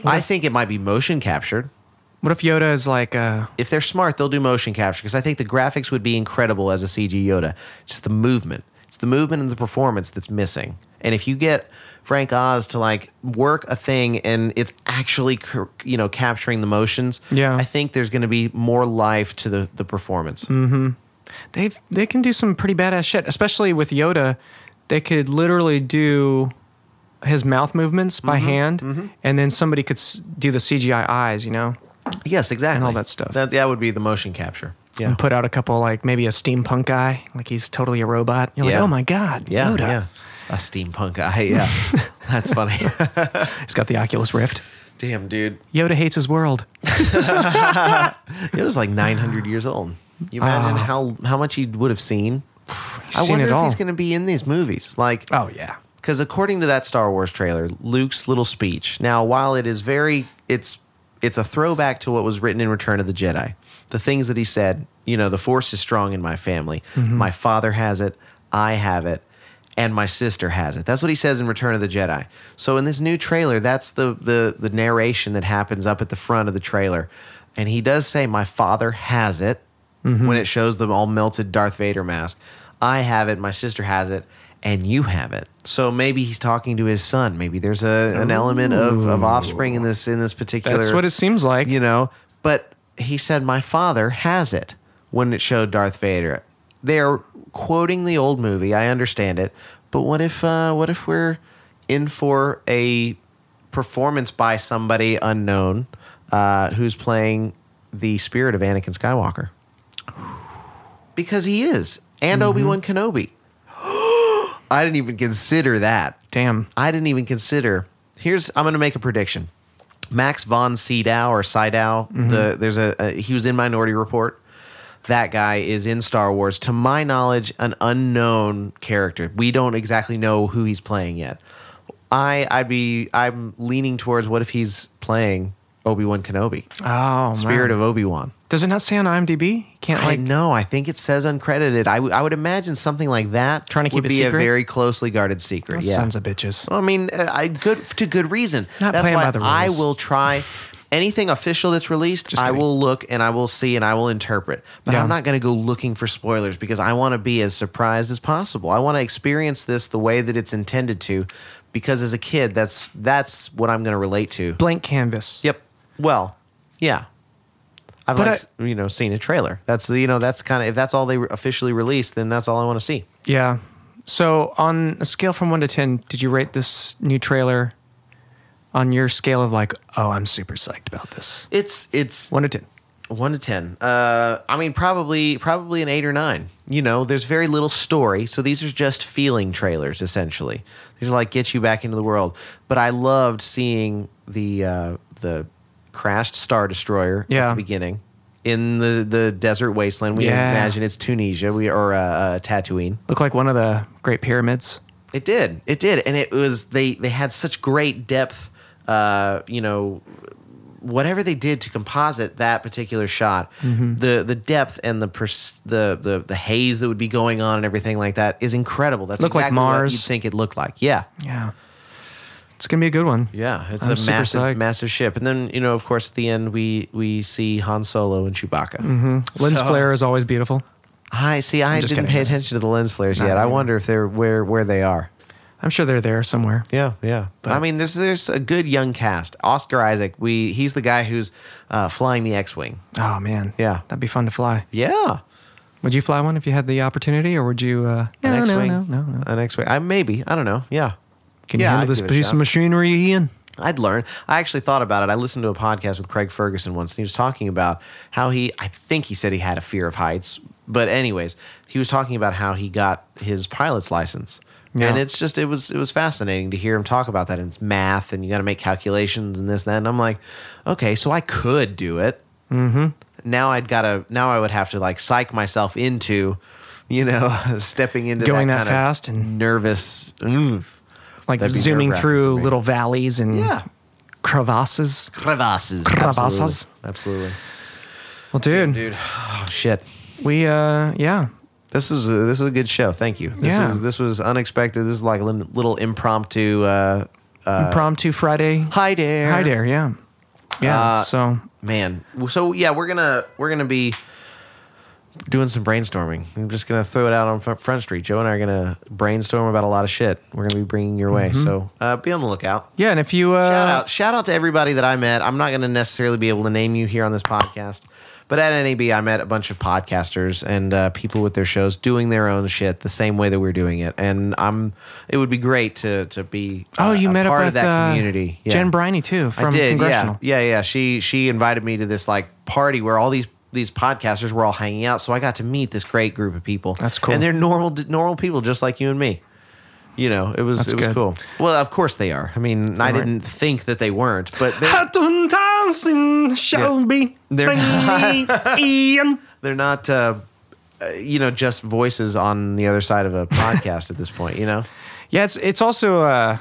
[SPEAKER 2] I think it might be motion captured.
[SPEAKER 3] What if Yoda is like uh
[SPEAKER 2] if they're smart, they'll do motion capture because I think the graphics would be incredible as a CG Yoda. Just the movement. It's the movement and the performance that's missing. And if you get Frank Oz to like work a thing and it's actually cur- you know capturing the motions,
[SPEAKER 3] Yeah.
[SPEAKER 2] I think there's going to be more life to the the performance.
[SPEAKER 3] they they can do some pretty badass shit, especially with Yoda. They could literally do
[SPEAKER 2] Mm-hmm.
[SPEAKER 3] his mouth movements by hand, and then somebody could s- do the CGI eyes. You know,
[SPEAKER 2] Yes, exactly.
[SPEAKER 3] And all that stuff.
[SPEAKER 2] That, that would be the motion capture. Yeah.
[SPEAKER 3] and put out a couple like maybe a steampunk guy, like he's totally a robot. You're
[SPEAKER 2] Yeah.
[SPEAKER 3] like, oh my god,
[SPEAKER 2] yeah.
[SPEAKER 3] Yoda.
[SPEAKER 2] Yeah. A steampunk guy.
[SPEAKER 3] (laughs)
[SPEAKER 2] Yeah. That's funny.
[SPEAKER 3] He's got the Oculus Rift.
[SPEAKER 2] Damn, dude.
[SPEAKER 3] Yoda hates his world.
[SPEAKER 2] It was like 900 years old. You imagine
[SPEAKER 3] Ah.
[SPEAKER 2] how, how much he would have seen.
[SPEAKER 3] He's
[SPEAKER 2] I
[SPEAKER 3] seen
[SPEAKER 2] wonder
[SPEAKER 3] it
[SPEAKER 2] if
[SPEAKER 3] all.
[SPEAKER 2] he's going to be in these movies. Like,
[SPEAKER 3] oh yeah,
[SPEAKER 2] because according to that Star Wars trailer, Luke's little speech. Now, while it is very, it's it's a throwback to what was written in Return of the Jedi. The things that he said, you know, the Force is strong in my family. My father has it, I have it, and my sister has it. That's what he says in Return of the Jedi. So in this new trailer, that's the the the narration that happens up at the front of the trailer, and he does say, "My father has it."
[SPEAKER 3] Mm-hmm.
[SPEAKER 2] When it shows the all melted Darth Vader mask, I have it, my sister has it, and you have it. So maybe he's talking to his son. Maybe there's a, an element of, of offspring in this in this particular.
[SPEAKER 3] that's what it seems like.
[SPEAKER 2] You know, but he said my father has it when it showed Darth Vader. They're quoting the old movie. I understand it, but what if uh, what if we're in for a performance by somebody unknown uh, who's playing the spirit of Anakin Skywalker? Because he is, and Obi Wan Kenobi. (gasps) I didn't even consider that.
[SPEAKER 3] Damn.
[SPEAKER 2] I didn't even consider. Here's I'm going to make a prediction. Max von Sydow or Sydow,
[SPEAKER 3] Mm-hmm.
[SPEAKER 2] the there's a, a he was in Minority Report. That guy is in Star Wars. To my knowledge, an unknown character. We don't exactly know who he's playing yet. I I'd be I'm leaning towards what if he's playing Obi Wan Kenobi,
[SPEAKER 3] Oh,
[SPEAKER 2] Spirit
[SPEAKER 3] man.
[SPEAKER 2] of Obi Wan.
[SPEAKER 3] Does it not say on IMDb? You can't
[SPEAKER 2] I
[SPEAKER 3] like.
[SPEAKER 2] know. I think it says uncredited. I, w- I would imagine something like that.
[SPEAKER 3] Trying to
[SPEAKER 2] would
[SPEAKER 3] keep it
[SPEAKER 2] be
[SPEAKER 3] secret?
[SPEAKER 2] a very closely guarded secret.
[SPEAKER 3] Those
[SPEAKER 2] yeah.
[SPEAKER 3] Sons of bitches.
[SPEAKER 2] Well, I mean, uh, I good to good reason.
[SPEAKER 3] Not
[SPEAKER 2] that's
[SPEAKER 3] playing
[SPEAKER 2] why
[SPEAKER 3] by the
[SPEAKER 2] I
[SPEAKER 3] rules.
[SPEAKER 2] will try anything official that's released.
[SPEAKER 3] Just
[SPEAKER 2] I
[SPEAKER 3] kidding.
[SPEAKER 2] will look and I will see and I will interpret. But
[SPEAKER 3] Yeah.
[SPEAKER 2] I'm not going to go looking for spoilers because I want to be as surprised as possible. I want to experience this the way that it's intended to, because as a kid, that's that's what I'm going to relate to.
[SPEAKER 3] Blank canvas.
[SPEAKER 2] Yep. Well, yeah. I've
[SPEAKER 3] But
[SPEAKER 2] like, you know seen a trailer. That's the you know that's kind of if that's all they re- officially released, then that's all I want to see.
[SPEAKER 3] Yeah. So on a scale from one to ten, did you rate this new trailer on your scale of like, oh, I'm super psyched about this?
[SPEAKER 2] It's it's
[SPEAKER 3] One to ten.
[SPEAKER 2] one to ten. Uh, I mean, probably probably an eight or nine. You know, there's very little story, so these are just feeling trailers essentially. These are like get you back into the world. But I loved seeing the uh, the crashed star destroyer at
[SPEAKER 3] Yeah.
[SPEAKER 2] the beginning in the the desert wasteland. We
[SPEAKER 3] Yeah.
[SPEAKER 2] imagine it's Tunisia, we or uh, uh, Tatooine.
[SPEAKER 3] Looked like one of the Great Pyramids.
[SPEAKER 2] It did. It did, and it was they they had such great depth. Uh, you know, whatever they did to composite that particular shot,
[SPEAKER 3] Mm-hmm.
[SPEAKER 2] the the depth and the pers- the the the haze that would be going on and everything like that is incredible. That's
[SPEAKER 3] Looked like
[SPEAKER 2] exactly What
[SPEAKER 3] Mars.
[SPEAKER 2] you'd think it looked like. Yeah.
[SPEAKER 3] Yeah. It's gonna be a good one.
[SPEAKER 2] Yeah, it's
[SPEAKER 3] I'm
[SPEAKER 2] a
[SPEAKER 3] super
[SPEAKER 2] massive,
[SPEAKER 3] psyched.
[SPEAKER 2] massive ship, and then you know, of course, at the end we we see Han Solo and Chewbacca.
[SPEAKER 3] Mm-hmm. Lens
[SPEAKER 2] So-
[SPEAKER 3] flare is always beautiful.
[SPEAKER 2] I see. I
[SPEAKER 3] just
[SPEAKER 2] didn't
[SPEAKER 3] kidding.
[SPEAKER 2] pay attention to the lens flares yet. I wonder if they're where where they are.
[SPEAKER 3] I'm sure they're there somewhere.
[SPEAKER 2] Yeah, yeah. I mean, there's there's a good young cast. Oscar Isaac, we he's the guy who's uh, flying the X-wing.
[SPEAKER 3] Oh man,
[SPEAKER 2] Yeah.
[SPEAKER 3] that'd be fun to fly.
[SPEAKER 2] Yeah,
[SPEAKER 3] Would you fly one if you had the opportunity, or would you? Uh,
[SPEAKER 2] an
[SPEAKER 3] no, no,
[SPEAKER 2] X-wing.
[SPEAKER 3] no, no, no.
[SPEAKER 2] An X-wing. I maybe. I don't know. Yeah.
[SPEAKER 3] Can
[SPEAKER 2] Yeah,
[SPEAKER 3] you handle
[SPEAKER 2] I'd
[SPEAKER 3] this
[SPEAKER 2] give it a
[SPEAKER 3] piece
[SPEAKER 2] shot.
[SPEAKER 3] of machinery, Ian?
[SPEAKER 2] I'd learn. I actually thought about it. I listened to a podcast with Craig Ferguson once, and he was talking about how he, I think he said he had a fear of heights, but anyways, he was talking about how he got his pilot's license.
[SPEAKER 3] Yeah.
[SPEAKER 2] And it's just it was it was fascinating to hear him talk about that. And it's math, and you got to make calculations and this and that. And I'm like, okay, so I could do it. Mm-hmm. Now I'd gotta. Now I would have to like psych myself into, you know, (laughs) stepping into
[SPEAKER 3] Going
[SPEAKER 2] that,
[SPEAKER 3] that
[SPEAKER 2] kind of
[SPEAKER 3] fast and-
[SPEAKER 2] nervous. mm,
[SPEAKER 3] Like
[SPEAKER 2] That'd be
[SPEAKER 3] zooming
[SPEAKER 2] nerve-wracking
[SPEAKER 3] through
[SPEAKER 2] for me.
[SPEAKER 3] little valleys and
[SPEAKER 2] Yeah.
[SPEAKER 3] crevasses.
[SPEAKER 2] Crevasses.
[SPEAKER 3] Crevasses.
[SPEAKER 2] Absolutely. Absolutely.
[SPEAKER 3] Well, dude,
[SPEAKER 2] Dude. Oh shit.
[SPEAKER 3] we uh, yeah,
[SPEAKER 2] This is a, this is a good show. Thank you. This
[SPEAKER 3] Yeah.
[SPEAKER 2] was this was unexpected. This is like a lin- little impromptu. Uh,
[SPEAKER 3] impromptu Friday.
[SPEAKER 2] hi there. Uh,
[SPEAKER 3] Hi there, yeah, yeah. so
[SPEAKER 2] Man. So yeah, we're gonna we're gonna be doing some brainstorming. I'm just gonna throw it out on Fr- Front Street. Joe and I are gonna brainstorm about a lot of shit. We're gonna be bringing your
[SPEAKER 3] Mm-hmm.
[SPEAKER 2] way. So uh, be on the lookout.
[SPEAKER 3] yeah, and if you uh,
[SPEAKER 2] Shout out! Shout out to everybody that I met. I'm not going to necessarily be able to name you here on this podcast, But at NAB, I met a bunch of podcasters and uh, people with their shows doing their own shit the same way that we're doing it. And I'm, it would be great to to be.
[SPEAKER 3] Oh,
[SPEAKER 2] uh,
[SPEAKER 3] you
[SPEAKER 2] a
[SPEAKER 3] met
[SPEAKER 2] part
[SPEAKER 3] up
[SPEAKER 2] of
[SPEAKER 3] with
[SPEAKER 2] that
[SPEAKER 3] uh,
[SPEAKER 2] community. Yeah.
[SPEAKER 3] Jen Briney too from
[SPEAKER 2] I did. Yeah,
[SPEAKER 3] Congressional.
[SPEAKER 2] yeah, yeah. She she invited me to this like party where all these these podcasters were all hanging out. So I got to meet this great group of people.
[SPEAKER 3] That's cool.
[SPEAKER 2] And they're normal normal people just like you and me. You know, it was
[SPEAKER 3] That's
[SPEAKER 2] it was
[SPEAKER 3] good.
[SPEAKER 2] cool. Well, of course they are. I mean, I
[SPEAKER 3] Right.
[SPEAKER 2] didn't think that they weren't, but they,
[SPEAKER 3] Hutton Townsend shall be
[SPEAKER 2] They're (laughs)
[SPEAKER 3] not. Ian.
[SPEAKER 2] they're not. Uh, uh, you know, just voices on the other side of a podcast at this point. You know,
[SPEAKER 3] Yeah, it's it's also. Uh,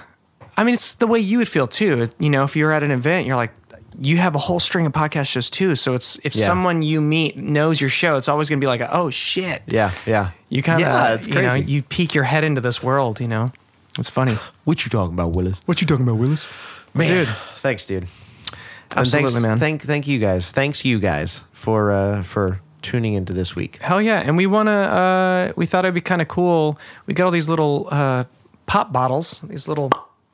[SPEAKER 3] I mean, it's the way you would feel too. It- You know, if you're at an event, you're like, you have a whole string of podcast shows too. So it's if
[SPEAKER 2] Yeah.
[SPEAKER 3] someone you meet knows your show, it's always going to be like, oh shit.
[SPEAKER 2] yeah, yeah.
[SPEAKER 3] You kind of,
[SPEAKER 2] yeah, it's
[SPEAKER 3] you know,
[SPEAKER 2] crazy.
[SPEAKER 3] you peek your head into this world. You know, it's funny.
[SPEAKER 2] what you talking about, Willis?
[SPEAKER 3] What you talking about, Willis? Man,
[SPEAKER 2] Dude, thanks, dude. And
[SPEAKER 3] absolutely,
[SPEAKER 2] thanks,
[SPEAKER 3] man.
[SPEAKER 2] Thank, thank you guys. Thanks you guys for uh, for tuning into this week.
[SPEAKER 3] Hell yeah! And we wanna. Uh, we thought it'd be kind of cool. We got all these little uh, pop bottles, these little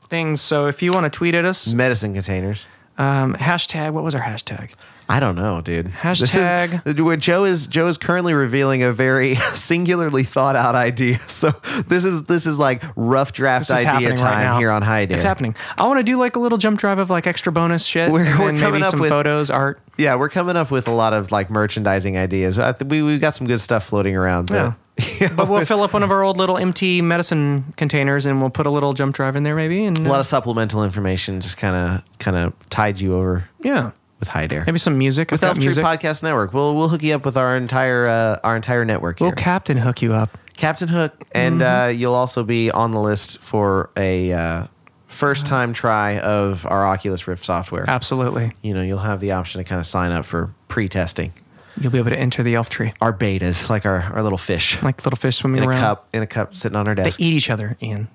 [SPEAKER 3] things. So if you want to tweet at us,
[SPEAKER 2] Medicine containers.
[SPEAKER 3] um, hashtag. What was our hashtag?
[SPEAKER 2] I don't know, dude.
[SPEAKER 3] Hashtag-
[SPEAKER 2] (laughs) This is, what Joe is Joe is currently revealing a very (laughs) singularly thought out idea. (laughs) So this is this is like rough draft
[SPEAKER 3] This is
[SPEAKER 2] idea
[SPEAKER 3] happening
[SPEAKER 2] time
[SPEAKER 3] right now.
[SPEAKER 2] here on High Day.
[SPEAKER 3] It's happening. I want to do like a little jump drive of like extra bonus shit.
[SPEAKER 2] We're-
[SPEAKER 3] and
[SPEAKER 2] we're
[SPEAKER 3] then
[SPEAKER 2] coming
[SPEAKER 3] maybe
[SPEAKER 2] up
[SPEAKER 3] some
[SPEAKER 2] with- (laughs)
[SPEAKER 3] photos, art.
[SPEAKER 2] Yeah, we're coming up with a lot of like merchandising ideas. I th- we we've got some good stuff floating around. But,
[SPEAKER 3] Yeah. but we'll fill up one of our old little empty medicine containers and we'll put a little jump drive in there maybe
[SPEAKER 2] (laughs)
[SPEAKER 3] and uh,
[SPEAKER 2] A lot of supplemental information just kind of kind of tied you over
[SPEAKER 3] yeah.
[SPEAKER 2] with High Dare.
[SPEAKER 3] Maybe some music.
[SPEAKER 2] with
[SPEAKER 3] I've got
[SPEAKER 2] Elf Tree
[SPEAKER 3] music.
[SPEAKER 2] Podcast Network. We'll we'll hook you up with our entire uh, our entire network here.
[SPEAKER 3] We'll captain hook you up.
[SPEAKER 2] Captain Hook, and
[SPEAKER 3] Mm-hmm.
[SPEAKER 2] uh, you'll also be on the list for a uh, first time try of our Oculus Rift software.
[SPEAKER 3] Absolutely.
[SPEAKER 2] You know, you'll have the option to kind of sign up for pre testing
[SPEAKER 3] You'll be able to enter the elf tree.
[SPEAKER 2] our betas, like our, our little fish
[SPEAKER 3] Like little fish swimming
[SPEAKER 2] in a
[SPEAKER 3] around.
[SPEAKER 2] cup in a cup sitting on our
[SPEAKER 3] They
[SPEAKER 2] desk.
[SPEAKER 3] eat each other, Ian.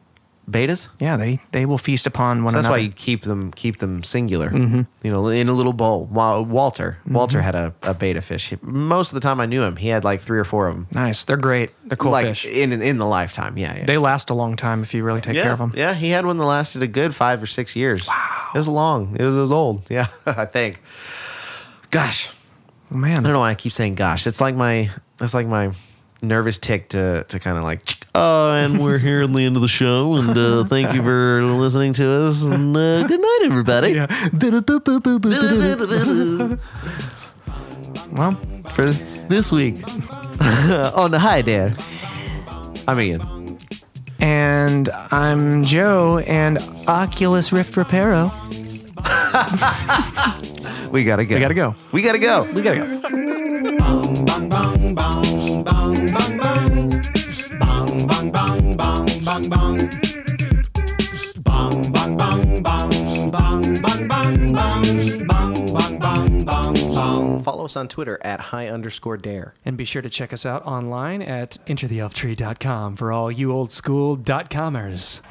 [SPEAKER 2] betas.
[SPEAKER 3] Yeah, they they will feast upon one
[SPEAKER 2] So that's why
[SPEAKER 3] another. Mm-hmm.
[SPEAKER 2] you keep them keep them singular. You know, in a little bowl. Wa- Walter Walter had a, a beta fish. Most of the time I knew him, he had like three or four of them.
[SPEAKER 3] nice. They're great. They're cool
[SPEAKER 2] like
[SPEAKER 3] fish.
[SPEAKER 2] in in the lifetime. Yeah, yeah.
[SPEAKER 3] they last a long time if you really take
[SPEAKER 2] yeah,
[SPEAKER 3] care of them.
[SPEAKER 2] Yeah, he had one that lasted a good five or six years. Wow. It was long. It was, it was old. (laughs) Yeah, I think. Gosh.
[SPEAKER 3] Oh, Man.
[SPEAKER 2] I don't know why I keep saying gosh. It's like my it's like my nervous tick to to kind of like oh and we're here at the end of the show and
[SPEAKER 3] (laughs)
[SPEAKER 2] uh, thank you for listening to us and uh, good night everybody.
[SPEAKER 3] Well,
[SPEAKER 2] (laughs) For this week (laughs) Oh, on the high dare. I'm Ian.
[SPEAKER 3] And I'm Joe and Oculus Rift Reparo.
[SPEAKER 2] We gotta go.
[SPEAKER 3] We gotta go.
[SPEAKER 2] We gotta go.
[SPEAKER 3] We gotta go.
[SPEAKER 2] Follow us on Twitter at high underscore dare.
[SPEAKER 3] And be sure to check us out online at entertheelftree.com for all you old school dot comers.